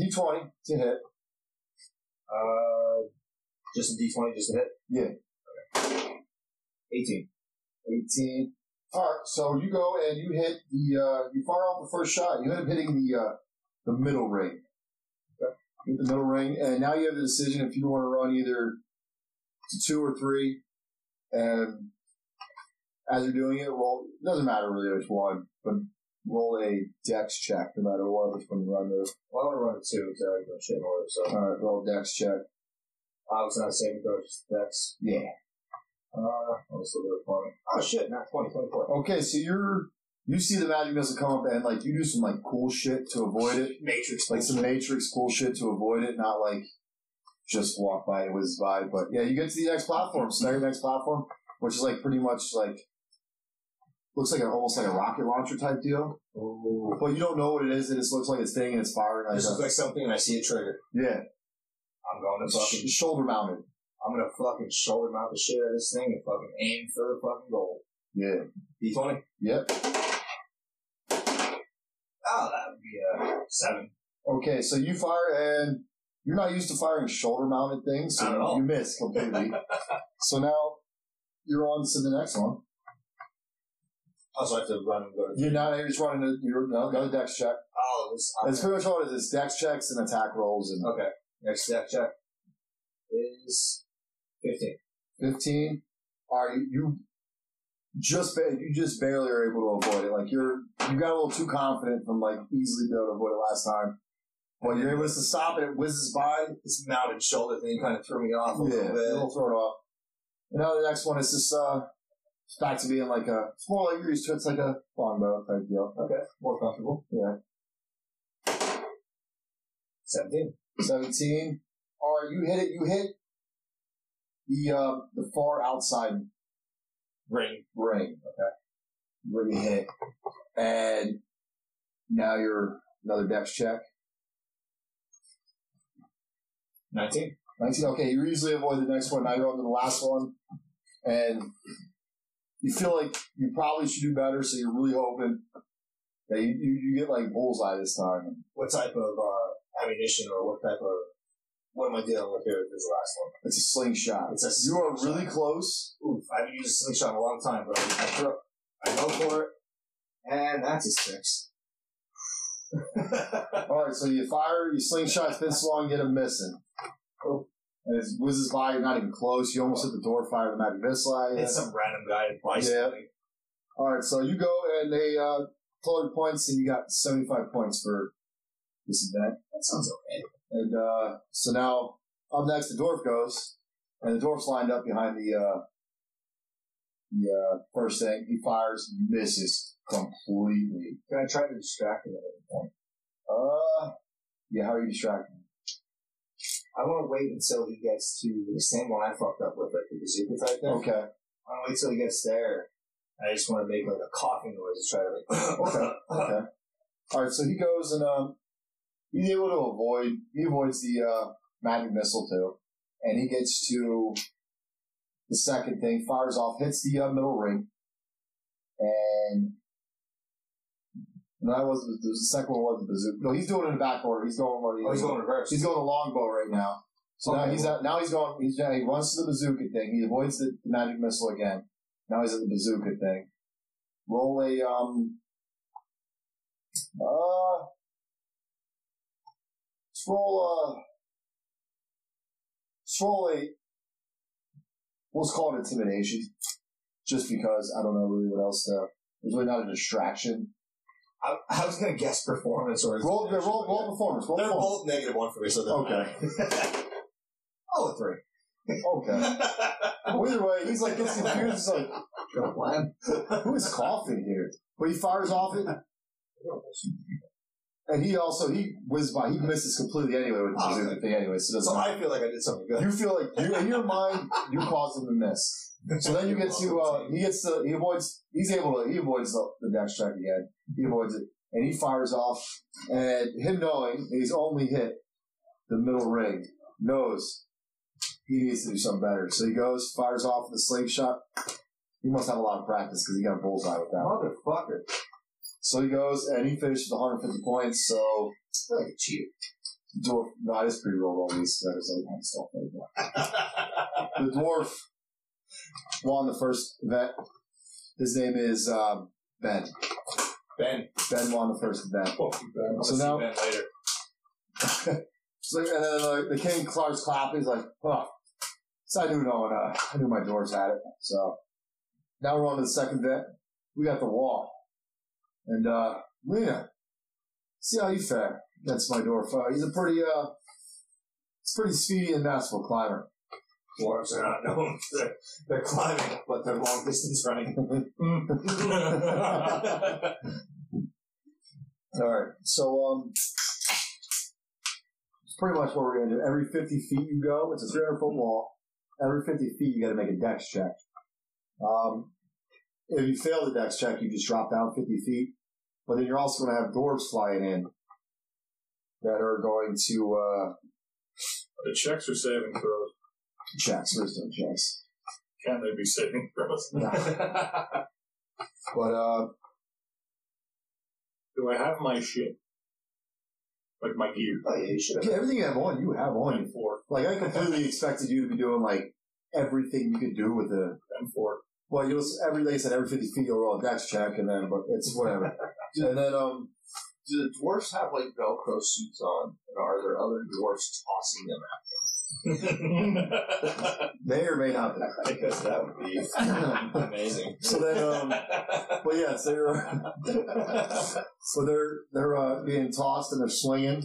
Speaker 1: D20 to hit.
Speaker 2: Uh, just a d20, just a hit?
Speaker 1: Yeah.
Speaker 2: Okay. 18.
Speaker 1: 18. All right, so you go and you hit the, uh, you fire off the first shot. You end up hitting the, uh, the middle ring. You Hit the middle ring, and now you have the decision if you want to run either to two or three. And as you're doing it, roll, it doesn't matter really which one, but roll a dex check no matter what, which one you run to.
Speaker 2: Well, I want to run a 2 because I already got shit in order, so.
Speaker 1: All right, roll a dex check.
Speaker 2: I was not saving throw, just dex.
Speaker 1: Yeah.
Speaker 2: Uh, I'll just look at it for me. Oh shit, not 20, 24.
Speaker 1: Okay, so you're, you see the magic missile come up and like you do some like cool shit to avoid it.
Speaker 2: Matrix.
Speaker 1: like some Matrix cool shit to avoid it, not like just walk by it whiz by. But yeah, you get to the next platform, so now your next platform, which is like pretty much like looks like an almost like a rocket launcher type deal. But you don't know what it is. It just looks like it's thing and it's firing. Like
Speaker 2: Oh. This
Speaker 1: a,
Speaker 2: looks like something and I see a trigger.
Speaker 1: yeah,
Speaker 2: I'm going to fucking,
Speaker 1: sh- shoulder mounted.
Speaker 2: I'm gonna fucking shoulder mount the shit out of this thing and fucking aim for the fucking goal.
Speaker 1: Yeah.
Speaker 2: D20?
Speaker 1: Yep.
Speaker 2: Oh, that would be a 7.
Speaker 1: Okay, so you fire and you're not used to firing shoulder mounted things,
Speaker 2: Not at
Speaker 1: so
Speaker 2: all.
Speaker 1: you miss completely. so now you're on to the next one.
Speaker 2: Also, I have to run and go to.
Speaker 1: You're not you're just running a, you're, no, another dex check.
Speaker 2: Oh, this. I'm
Speaker 1: That's pretty much all it is. It's dex checks and attack rolls and
Speaker 2: Okay. Next deck check is 15.
Speaker 1: 15. Are you, you just ba- you just barely are able to avoid it? Like you're you got a little too confident from like easily being able to avoid it last time, but you're able to stop it. It whizzes by.
Speaker 2: This mounted shoulder thing kind of threw me off a
Speaker 1: Yeah,
Speaker 2: little
Speaker 1: it'll
Speaker 2: bit.
Speaker 1: throw it off. And now the next one is this uh It's back to being like a, it's more like you're used to, it's like a longbow type deal.
Speaker 2: Okay, more comfortable.
Speaker 1: Yeah.
Speaker 2: 17.
Speaker 1: 17. Or you hit it, you hit the, uh, the far outside
Speaker 3: Ring.
Speaker 1: ring. Okay. Where you hit. And now you're another dex check.
Speaker 2: 19.
Speaker 1: 19. Okay, you usually avoid the next one. Now you're on to the last one. And you feel like you probably should do better, so you're really hoping that you, you, you get like bullseye this time.
Speaker 2: What type of uh, ammunition or what type of. What am I dealing with here with this last
Speaker 1: It's a slingshot.
Speaker 2: It's a
Speaker 1: you are
Speaker 2: slingshot.
Speaker 1: really close.
Speaker 2: one? Oof, I haven't used a slingshot in a long time, but I, I throw. I go for it, and that's a 6.
Speaker 1: All right, so you fire, you slingshot, it's been so long, you hit a missing.
Speaker 2: Oh.
Speaker 1: And it whizzes by, you're not even close. You almost hit the door, fire the magic missile at you.
Speaker 2: It's some random guy in bicycling.
Speaker 1: All right, so you go and they uh, total your points, and you got 75 points for this event.
Speaker 2: That sounds okay.
Speaker 1: And uh, so now up next, the dwarf goes, and the dwarf's lined up behind the uh, the uh, first thing. He fires, misses completely.
Speaker 2: Can I try to distract him at any point?
Speaker 1: Uh, yeah, how are you distracted?
Speaker 2: I want to wait until he gets to the same one I fucked up with, like the bazooka type thing.
Speaker 1: Okay.
Speaker 2: I want to wait till he gets there. I just want to make like a coughing noise to try to like.
Speaker 1: Okay. Okay. All right. So he goes and um, he's able to avoid. He avoids the uh, magic missile too, and he gets to the second thing. Fires off, hits the uh, middle ring, and no, that was the, the second one was the bazooka. No, he's doing it in the back order. He's going where he
Speaker 2: Oh, he's going reverse.
Speaker 1: He's going to longbow right now. So now
Speaker 2: Okay.
Speaker 1: he's at, now he's going. He's he runs to the bazooka thing. He avoids the, the magic missile again. Now he's at the bazooka thing. Roll a um. Uh. Let's roll a. Let's roll a. Let's call it intimidation, just because I don't know really what else to. It's really not a distraction.
Speaker 2: I, I was gonna guess performance or
Speaker 1: Roll, roll, roll,
Speaker 2: Yeah.
Speaker 1: performance. Roll
Speaker 2: They're
Speaker 1: performance.
Speaker 2: both negative one for me, so
Speaker 1: Okay.
Speaker 2: okay. oh, a three.
Speaker 1: Okay. Well, either way, he's like gets confused. He's like,
Speaker 2: Got a plan.
Speaker 1: who is coughing here? But he fires off it, and he also he whizzes by. He misses completely anyway with the bazooka thing anyway, so it
Speaker 2: Ah. So
Speaker 1: doesn't.
Speaker 2: I feel like I did something good.
Speaker 1: You feel like you, in your mind you cause him to miss. So then you get to uh, he gets to he avoids he's able to he avoids the, the next check again. He avoids it and he fires off, and him knowing he's only hit the middle ring knows he needs to do something better. So he goes fires off the slingshot. He must have a lot of practice because he got a bullseye with that. one.
Speaker 2: motherfucker.
Speaker 1: So he goes and he finishes with 150 points. So
Speaker 2: It's like a cheater.
Speaker 1: dwarf, no, I just pre-rolled all these. so That is like I'm still thinking. The dwarf won the first event. His name is um, Ben.
Speaker 2: Ben.
Speaker 1: Ben won the first event.
Speaker 2: Fuck you,
Speaker 1: So
Speaker 2: Ben. I'll see
Speaker 1: now-
Speaker 2: Ben later.
Speaker 1: So, and then like, the king Clark's clapping. He's like, "Oh, so I knew no one. Uh, I knew my doors had it." So now we're on to the second event. We got the wall, and uh, Lena, see how you fare against my dwarf. Uh, he's a pretty, uh, he's pretty speedy and masterful climber.
Speaker 2: Dwarves are not known for their, their climbing, but their long distance running.
Speaker 1: All right. So um, it's pretty much what we're gonna do. Every fifty feet you go, it's a three hundred foot wall. Every fifty feet, you got to make a dex check. Um, if you fail the dex check, you just drop down fifty feet. But then you're also gonna have dwarves flying in that are going to uh,
Speaker 3: The checks are saving throws.
Speaker 1: checks. There's no checks.
Speaker 3: Can they be saving throws?
Speaker 1: But uh,
Speaker 3: Do I have my shit? Like my gear?
Speaker 2: Oh, yeah, you should have.
Speaker 1: yeah, everything you have on, you have on you.
Speaker 3: And four.
Speaker 1: Like I completely expected you to be doing like everything you could do with the
Speaker 3: And four.
Speaker 1: Well, you'll every like I said, every fifty feet you'll roll a dex check, and then but it's whatever. and then um,
Speaker 2: Do the dwarfs have like Velcro suits on, and are there other dwarfs tossing them out?
Speaker 1: may or may not.
Speaker 2: because that would be
Speaker 1: Be.
Speaker 2: amazing.
Speaker 1: so then um, but yeah, so you're so they're they're uh, being tossed and they're swinging,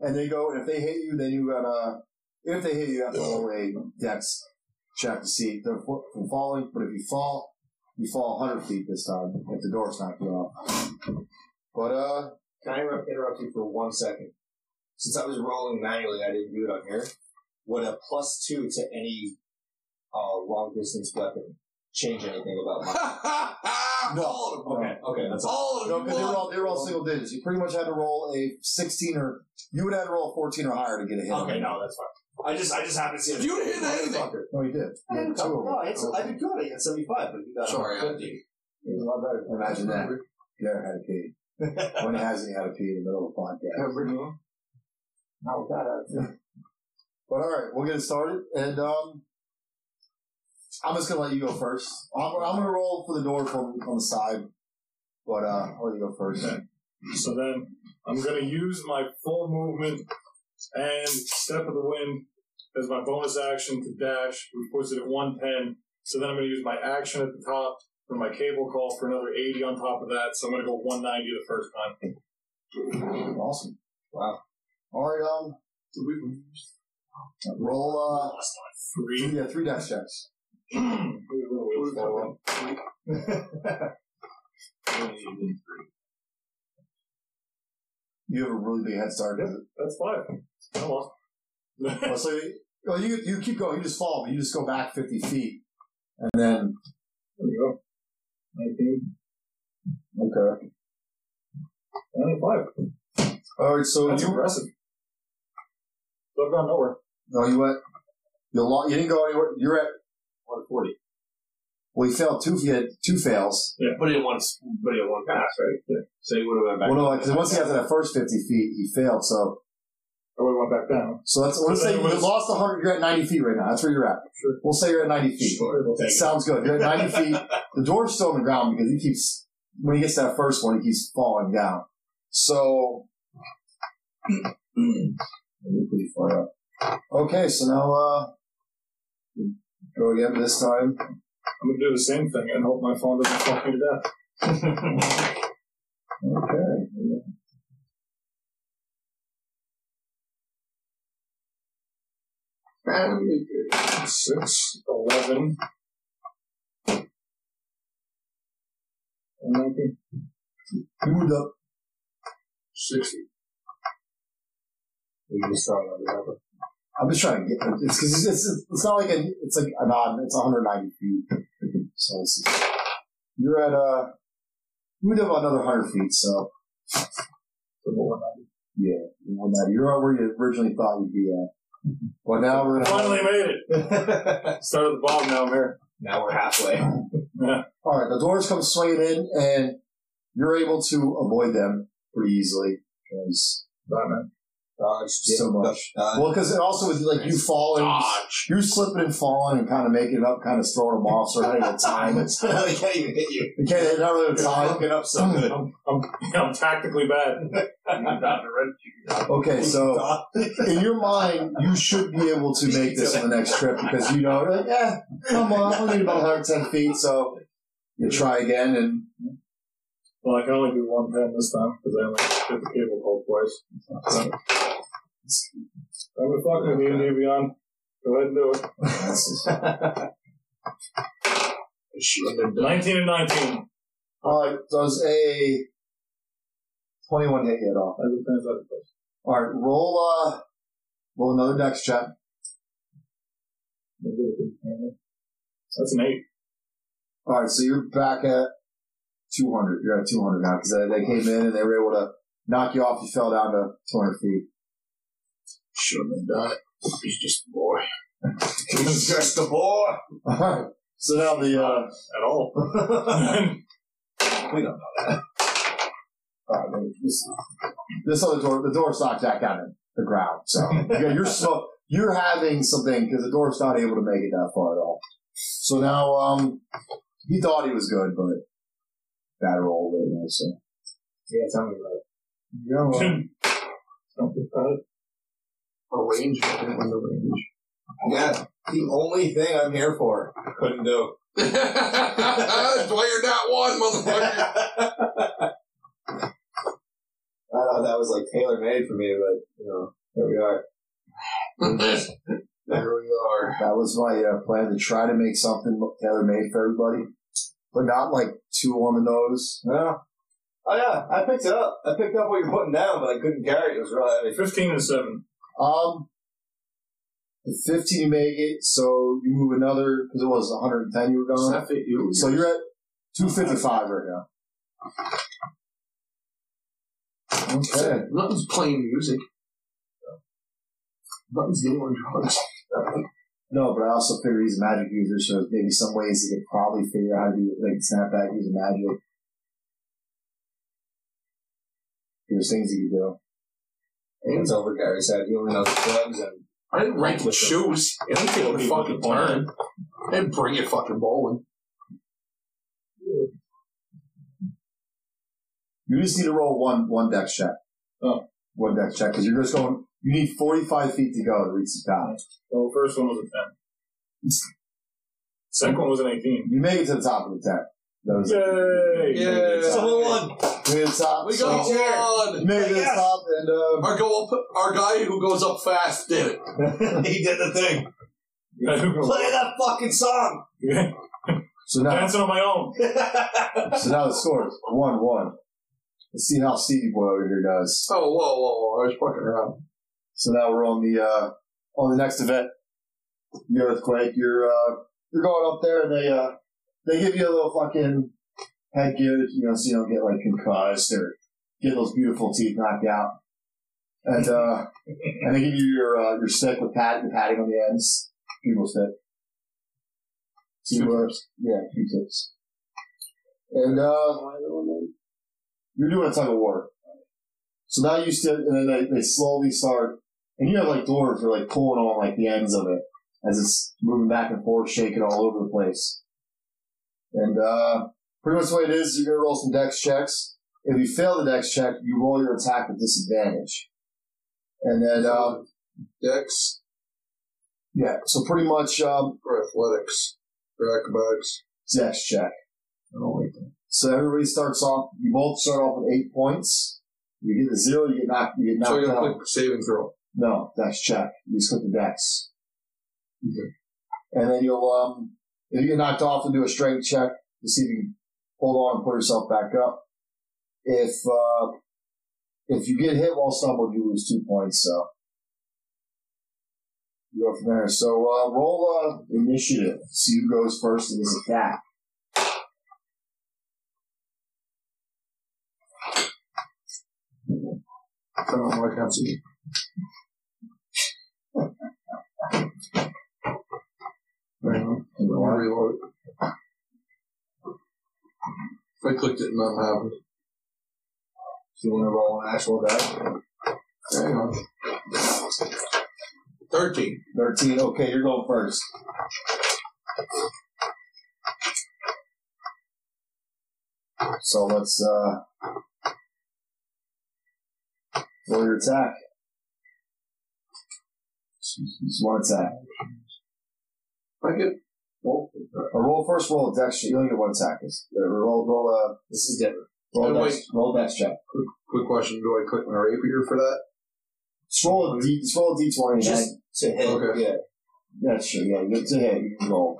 Speaker 1: and they go. And if they hit you, then you gotta. If they hit you, you have to roll a dex check to see if they're fa- from falling. But if you fall, You fall 100 feet this time if the door's not you off. But, uh,
Speaker 2: Can I interrupt- interrupt you for one second? Since I was rolling manually, I didn't do it on here. Would a plus two to any uh, long distance weapon change anything about my?
Speaker 4: All of them.
Speaker 2: Okay, okay, that's all.
Speaker 4: All of
Speaker 1: no,
Speaker 4: them.
Speaker 1: because they were all, they were all single digits. You pretty much had to roll a 16 or, you would have to roll a 14 or higher to get a hit. on
Speaker 2: Okay,
Speaker 1: him.
Speaker 2: no, that's fine. I just, I just happened to see it.
Speaker 4: You didn't hit anything.
Speaker 2: Motherfucker.
Speaker 1: No, you did. You had two of them.
Speaker 2: No, it's, I did good. I got seventy-five, but you got
Speaker 4: Sorry, I
Speaker 2: 150. It's a lot better.
Speaker 1: Imagine that. You never had a pee. When hasn't he had a pee in the middle of a podcast?
Speaker 2: Not with that attitude.
Speaker 1: But all right, we'll get it started. And um, I'm just gonna let you go first. I'm, I'm gonna roll for the door from on the side, but uh, I'll let you go first.
Speaker 3: Okay. So then I'm going to use my full movement and step of the wind as my bonus action to dash, which puts it at 110. So then I'm going to use my action at the top for my cable call for another 80 on top of that. So I'm going to go 190 the first time.
Speaker 1: Awesome.
Speaker 2: Wow.
Speaker 1: All right. Um, roll uh,
Speaker 3: Three.
Speaker 1: yeah, three dice checks.
Speaker 3: Four.
Speaker 1: You have a really big head start.
Speaker 3: Yep, that's five. Come on.
Speaker 1: Well, so you, well, you you keep going. You just fall, but you just go back 50 feet, and then
Speaker 3: There we go. 19.
Speaker 1: okay.
Speaker 3: And a five.
Speaker 1: All right. So
Speaker 3: That's
Speaker 1: you
Speaker 3: impressive. So I've gone nowhere.
Speaker 1: No, you went. You lo- You didn't go anywhere. You're at 140. Well, you failed two. You had two fails.
Speaker 5: But it once, but it one pass, right? So you would have went back.
Speaker 1: Well, no, because once he got to that first 50 feet, he failed. So,
Speaker 3: I would have went back down.
Speaker 1: so that's. Let's say you
Speaker 3: Anyways.
Speaker 1: lost 100. You're at 90 feet right now. That's where you're at.
Speaker 3: Sure.
Speaker 1: We'll say you're at 90 feet. That sounds good. You're at 90 feet. The door's still on the ground because he keeps when he gets to that first one, he keeps falling down. So. You're pretty far up. Okay, so now uh, go again this time.
Speaker 3: I'm gonna do the same thing and hope my phone doesn't fuck me to death.
Speaker 1: Okay.
Speaker 3: Six, eleven, and nineteen.
Speaker 1: You moved up.
Speaker 2: We can just start on the other.
Speaker 1: I'm just trying to get it's because it's, it's it's not like a it's like an odd it's 190 feet. So it's, you're at uh you moved up another 100 feet. So yeah, you know that. you're at where you originally thought you'd be at. But now we're gonna
Speaker 3: Finally made it. Start at the bottom now, I'm here.
Speaker 2: now we're halfway.
Speaker 1: all right. The doors come swinging in, and you're able to avoid them pretty easily. 'cause-
Speaker 2: Dodge,
Speaker 1: Uh, So much.
Speaker 2: Dodge.
Speaker 1: well, because it also is like you fall and
Speaker 4: Dodge.
Speaker 1: you're slipping and falling and kind of making it up, kind of throwing them off, so they're not even time. It's
Speaker 2: they can't even hit you.
Speaker 1: you can't, they're not really time.
Speaker 2: Looking up so good.
Speaker 3: I'm, I'm, I'm tactically bad.
Speaker 1: Okay, so in your mind, you should be able to make this on the next trip because you know, like, eh, come on, I only need about 110 feet, so you try again, and
Speaker 3: Well, I can only do one pen this time because I only hit the cable hole twice. So, I'm gonna fuck with you, Nevion. Go ahead and do it. Nineteen and nineteen.
Speaker 1: all right, does a 21 hit you at all?
Speaker 3: As it turns out, it does.
Speaker 1: All right, roll uh, roll another dex check.
Speaker 3: Maybe it didn't. That's an eight.
Speaker 1: All right, so you're back at 200. You're at 200 now because they, they came in and they were able to knock you off. You fell down to 200 feet.
Speaker 5: Should have done it. He's just a boy.
Speaker 2: He's just a boy.
Speaker 1: All right, so now the uh,
Speaker 3: At all. Nine.
Speaker 1: Alright, wait, this, this other door, the door's not back down in the ground. So yeah, you're so you're having something because the door's not able to make it that far at all. So now, um, he thought he was good, but bad roll right now. So
Speaker 2: Yeah, tell me about it.
Speaker 1: you know, uh,
Speaker 3: Something about it.
Speaker 4: range. I didn't win the range.
Speaker 2: Yeah, the only thing I'm here for. Couldn't do.
Speaker 4: That's why you're not one, motherfucker.
Speaker 2: I thought that was like tailor made for me, but you know, here we are.
Speaker 1: that was my uh, plan to try to make something tailor made for everybody. but not like too on the nose.
Speaker 2: No. Oh yeah, I picked it up. I picked up what you're putting down, but I couldn't carry it. It was really heavy.
Speaker 3: 15 and 7.
Speaker 1: Um, the 15 you make it, so you move another, because it was 110 you were going. So you're at 255 right now. Okay.
Speaker 4: Nothing's playing music. Nothing's dealing drugs.
Speaker 1: No, but I also figure he's a magic user, so there's maybe some ways he could probably figure out how to do like snap back using magic. There's things he could do.
Speaker 2: It's over Gary said. You only know clubs and
Speaker 4: I didn't rank the
Speaker 2: With the-
Speaker 4: shoes. It didn't take a fucking turn. And bring it fucking bowling.
Speaker 1: You just need to roll one one deck check.
Speaker 3: Oh.
Speaker 1: One deck check because you're just going. You need 45 feet to go to reach the top.
Speaker 3: So the first one was a 10. Second one was an 18.
Speaker 1: You make it to the top of the deck. That was
Speaker 3: Yay!
Speaker 4: Yeah.
Speaker 2: It's only one.
Speaker 1: You made it to the top.
Speaker 4: We
Speaker 1: so-
Speaker 4: got
Speaker 1: You
Speaker 4: one.
Speaker 1: made it to the
Speaker 2: Yes.
Speaker 1: top, and uh,
Speaker 4: Our go up, our guy who goes up fast did it.
Speaker 2: he did the thing. Play that fucking song.
Speaker 1: so now,
Speaker 3: Dancing on my own.
Speaker 1: so now the score is one one. Let's see how Stevie Boy over here does.
Speaker 4: Oh, whoa, whoa, whoa. I was fucking around.
Speaker 1: So now we're on the uh, on the next event, the earthquake. You're uh, you're going up there, and they uh, they give you a little fucking headgear, you know, so you don't get like concussed or get those beautiful teeth knocked out. And uh, and they give you your uh, your stick with pad the padding on the ends, people stick. Two tips, yeah, two tips. And uh, you're doing a tug of war. So now you sit, and then they, they slowly start, and you have like dwarves who are like pulling on like the ends of it as it's moving back and forth, shaking all over the place. And uh, pretty much the way it is, you're gonna roll some dex checks. If you fail the dex check, you roll your attack with disadvantage. And then, um,
Speaker 4: Dex
Speaker 1: yeah, so pretty much um,
Speaker 4: or athletics or acrobatics.
Speaker 1: dex check. Oh, So everybody starts off. You both start off with eight points. You get the zero, you get knocked, you get knocked
Speaker 4: So you
Speaker 1: out.
Speaker 4: gotta click saving throw.
Speaker 1: No, that's check. You just click the dex. And then you'll, um, if you get knocked off and do a strength check to see if you can hold on and pull yourself back up. If, uh, if you get hit while stumbled, you lose two points, so. You go from there. So, uh, roll, uh, initiative. See who goes first in this attack.
Speaker 4: I don't know why I can't see. Hang on. Let me reload it. I clicked it and nothing happened.
Speaker 2: Do you want to roll an actual die?
Speaker 4: Hang on. 13.
Speaker 1: 13. Okay, you're going first. So let's uh roll your attack. Just one attack.
Speaker 4: I get
Speaker 1: Roll, or roll first. Roll a dex check. You only get one attack. Just, uh, Roll, roll a. This is different. Roll
Speaker 4: Oh,
Speaker 1: a dex, roll a dex check.
Speaker 4: quick question. Do I click my rapier for that?
Speaker 1: Just roll a d. Just roll a d twenty.
Speaker 2: Just to hit.
Speaker 4: Okay.
Speaker 2: Yeah.
Speaker 1: that's true. Yeah, you get to hit. You can roll.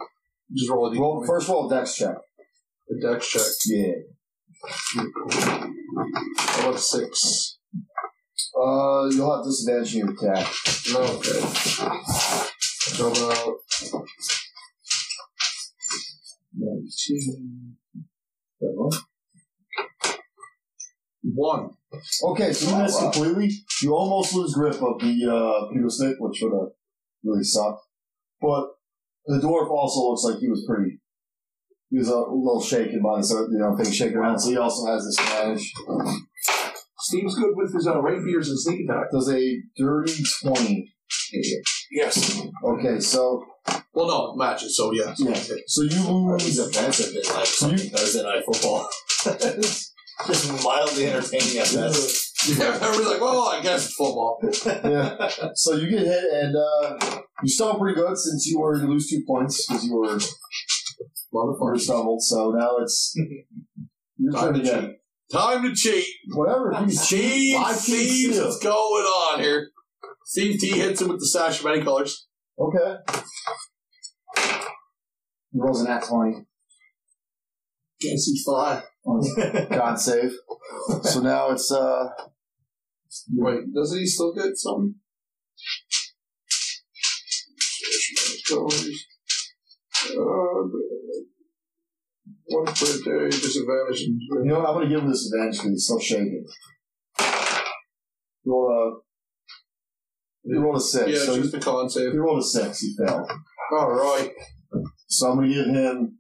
Speaker 4: Just roll a d20.
Speaker 1: Roll first. Roll a dex check.
Speaker 4: A dex check.
Speaker 1: Yeah.
Speaker 4: I love six.
Speaker 1: Uh, you'll have disadvantage in your attack.
Speaker 4: No, okay. Double out. 19. One.
Speaker 1: Okay, so you miss completely. You almost lose grip of the uh, pewter stick, which would have really sucked. But the dwarf also looks like he was pretty. He was a little shaken by this, uh, you know, thing shaking around. So he also has this advantage.
Speaker 4: Steve's good with his uh, rapiers and sneak attack.
Speaker 1: Does a dirty twenty.
Speaker 4: Yes.
Speaker 1: Okay, so
Speaker 4: Well, no, matches, so yes.
Speaker 1: yeah, so you lose.
Speaker 2: He's offensive in like
Speaker 1: So you-
Speaker 2: Thursday night football. Just mildly entertaining at best.
Speaker 4: Everybody's like, well, I guess it's football.
Speaker 1: Yeah. So you get hit, and uh, you stumble pretty good since you were you lose two points because you were
Speaker 4: Motherfucker.
Speaker 1: were stumbled. So now it's your turn
Speaker 4: Time to
Speaker 1: again.
Speaker 4: cheat. Time to cheat.
Speaker 1: Whatever. He's
Speaker 4: Steve
Speaker 1: Why can't
Speaker 4: sees
Speaker 1: you?
Speaker 4: what's going on here. Steve T hits him with the sash of many colors.
Speaker 1: Okay. He rolls an at 20.
Speaker 4: Guess he's fine.
Speaker 1: Con save. So now it's uh
Speaker 4: Wait, doesn't he still get some? Dollars. Uh, one per day disadvantage.
Speaker 1: you know what, I'm gonna give him this advantage because he's still shaking. Roll a he rolled a six.
Speaker 4: Yeah,
Speaker 1: so
Speaker 4: just a con
Speaker 1: he,
Speaker 4: save.
Speaker 1: he rolled a six, he failed.
Speaker 4: All right.
Speaker 1: So I'm gonna give him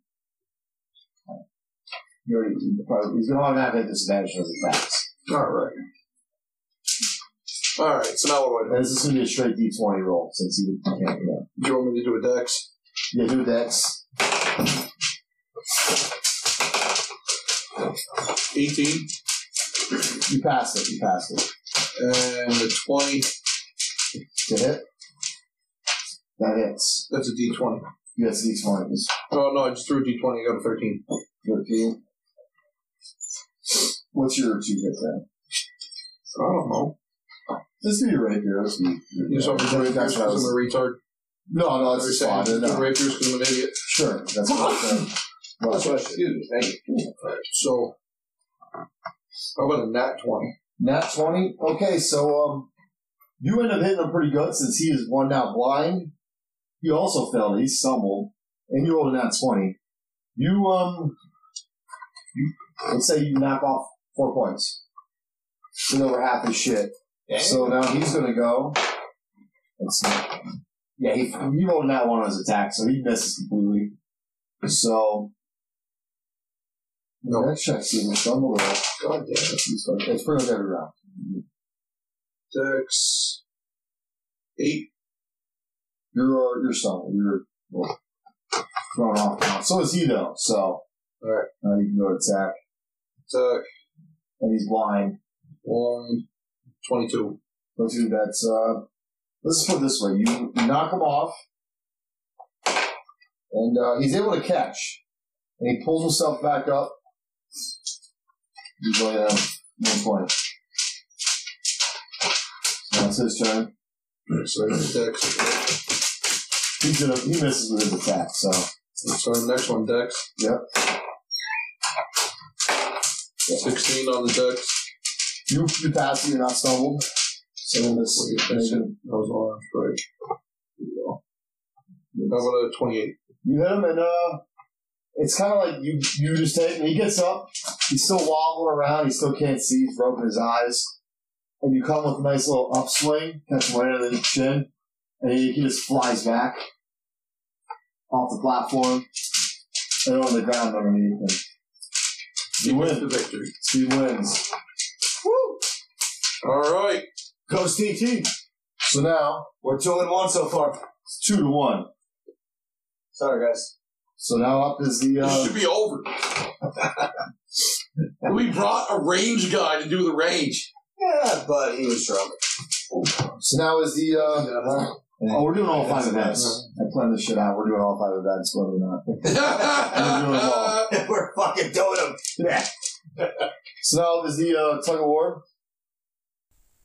Speaker 1: he already- he probably- he's gonna automatically have disadvantage as he backs.
Speaker 4: All right. All right. So now what do I do?
Speaker 1: And this is gonna be a straight D twenty roll since he can't you know.
Speaker 4: Do you want me to do a dex?
Speaker 1: Yeah, do a dex. E
Speaker 4: 18
Speaker 1: You pass it, you pass it.
Speaker 4: and a 20.
Speaker 1: To hit. That hits.
Speaker 4: That's a d20.
Speaker 1: Yes, D twenty is
Speaker 4: Oh no, I just threw a d20. I got a 13.
Speaker 1: 13. What's your two hit then?
Speaker 4: I don't know.
Speaker 1: Just do your rapier. That's me.
Speaker 4: You just want me to do
Speaker 1: That's
Speaker 4: rapiers
Speaker 1: what I
Speaker 4: because I'm a
Speaker 1: was-
Speaker 4: retard.
Speaker 1: No, no,
Speaker 4: You're
Speaker 1: that's
Speaker 4: saying
Speaker 1: fine.
Speaker 4: do
Speaker 1: No,
Speaker 4: rapiers because I'm an idiot.
Speaker 1: sure. That's fine. Well,
Speaker 4: That's what I excuse me. Thank you. So, how about a nat 20?
Speaker 1: Nat 20. Okay, so um, you end up hitting him pretty good since he is one now blind. He also fell. He stumbled. And you rolled a nat 20. You, um, you, let's say you knock off four points. So over half his shit. So now he's going to go. Let's see. Yeah, he, he rolled that one on his attack, so he misses completely. So. No, that check's even stumbled. over.
Speaker 4: God damn it.
Speaker 1: It's fun. It's pretty much every round.
Speaker 4: Dex. 8.
Speaker 1: You're uh, you're stumbled. You're well, thrown off. now. So is he though. So
Speaker 4: Alright.
Speaker 1: uh, you can go to attack,
Speaker 4: Attack.
Speaker 1: and he's blind.
Speaker 4: 1. 22.
Speaker 1: But dude, that's uh, let's put it this way: you knock him off, and uh, he's able to catch, and he pulls himself back up. He's like, uh, one point. So That's his turn.
Speaker 4: So, Dex.
Speaker 1: He's gonna, he misses with his attack, so
Speaker 4: So, next one, Dex.
Speaker 1: Yep.
Speaker 4: 16 on the Dex.
Speaker 1: you you pass it, you're not stumbled. So this
Speaker 4: That was orange, right? There you go. How about a 28?
Speaker 1: You hit him, and uh, it's kind of like you you just take. And he gets up. He's still wobbling around. He still can't see. He's broken his eyes. And you come with a nice little upswing, catch him right under the chin, and he, he just flies back off the platform and on the ground underneath him. You
Speaker 4: The
Speaker 1: win.
Speaker 4: victory.
Speaker 1: He wins.
Speaker 4: All right.
Speaker 2: Ghost TT.
Speaker 1: So now
Speaker 2: We're two and one so far.
Speaker 1: it's two to one.
Speaker 2: Sorry, guys.
Speaker 1: So now up is the
Speaker 4: This
Speaker 1: uh,
Speaker 4: should be over. we brought a range guy to do the range.
Speaker 2: Yeah, but he was drunk.
Speaker 1: so now is the uh, oh we're doing all five
Speaker 2: That's-
Speaker 1: events. I planned this shit out. We're doing all five events, whether or not.
Speaker 4: I
Speaker 2: We're fucking doing him.
Speaker 1: Yeah. so now is the uh, tug of war.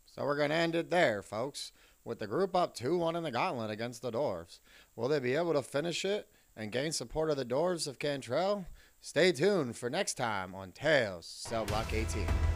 Speaker 6: So we're going to end it there, folks, with the group up 2 1 in the gauntlet against the Dwarves. Will they be able to finish it and gain support of the Dwarves of Cantrell? Stay tuned for next time on Tales Cell Block 18.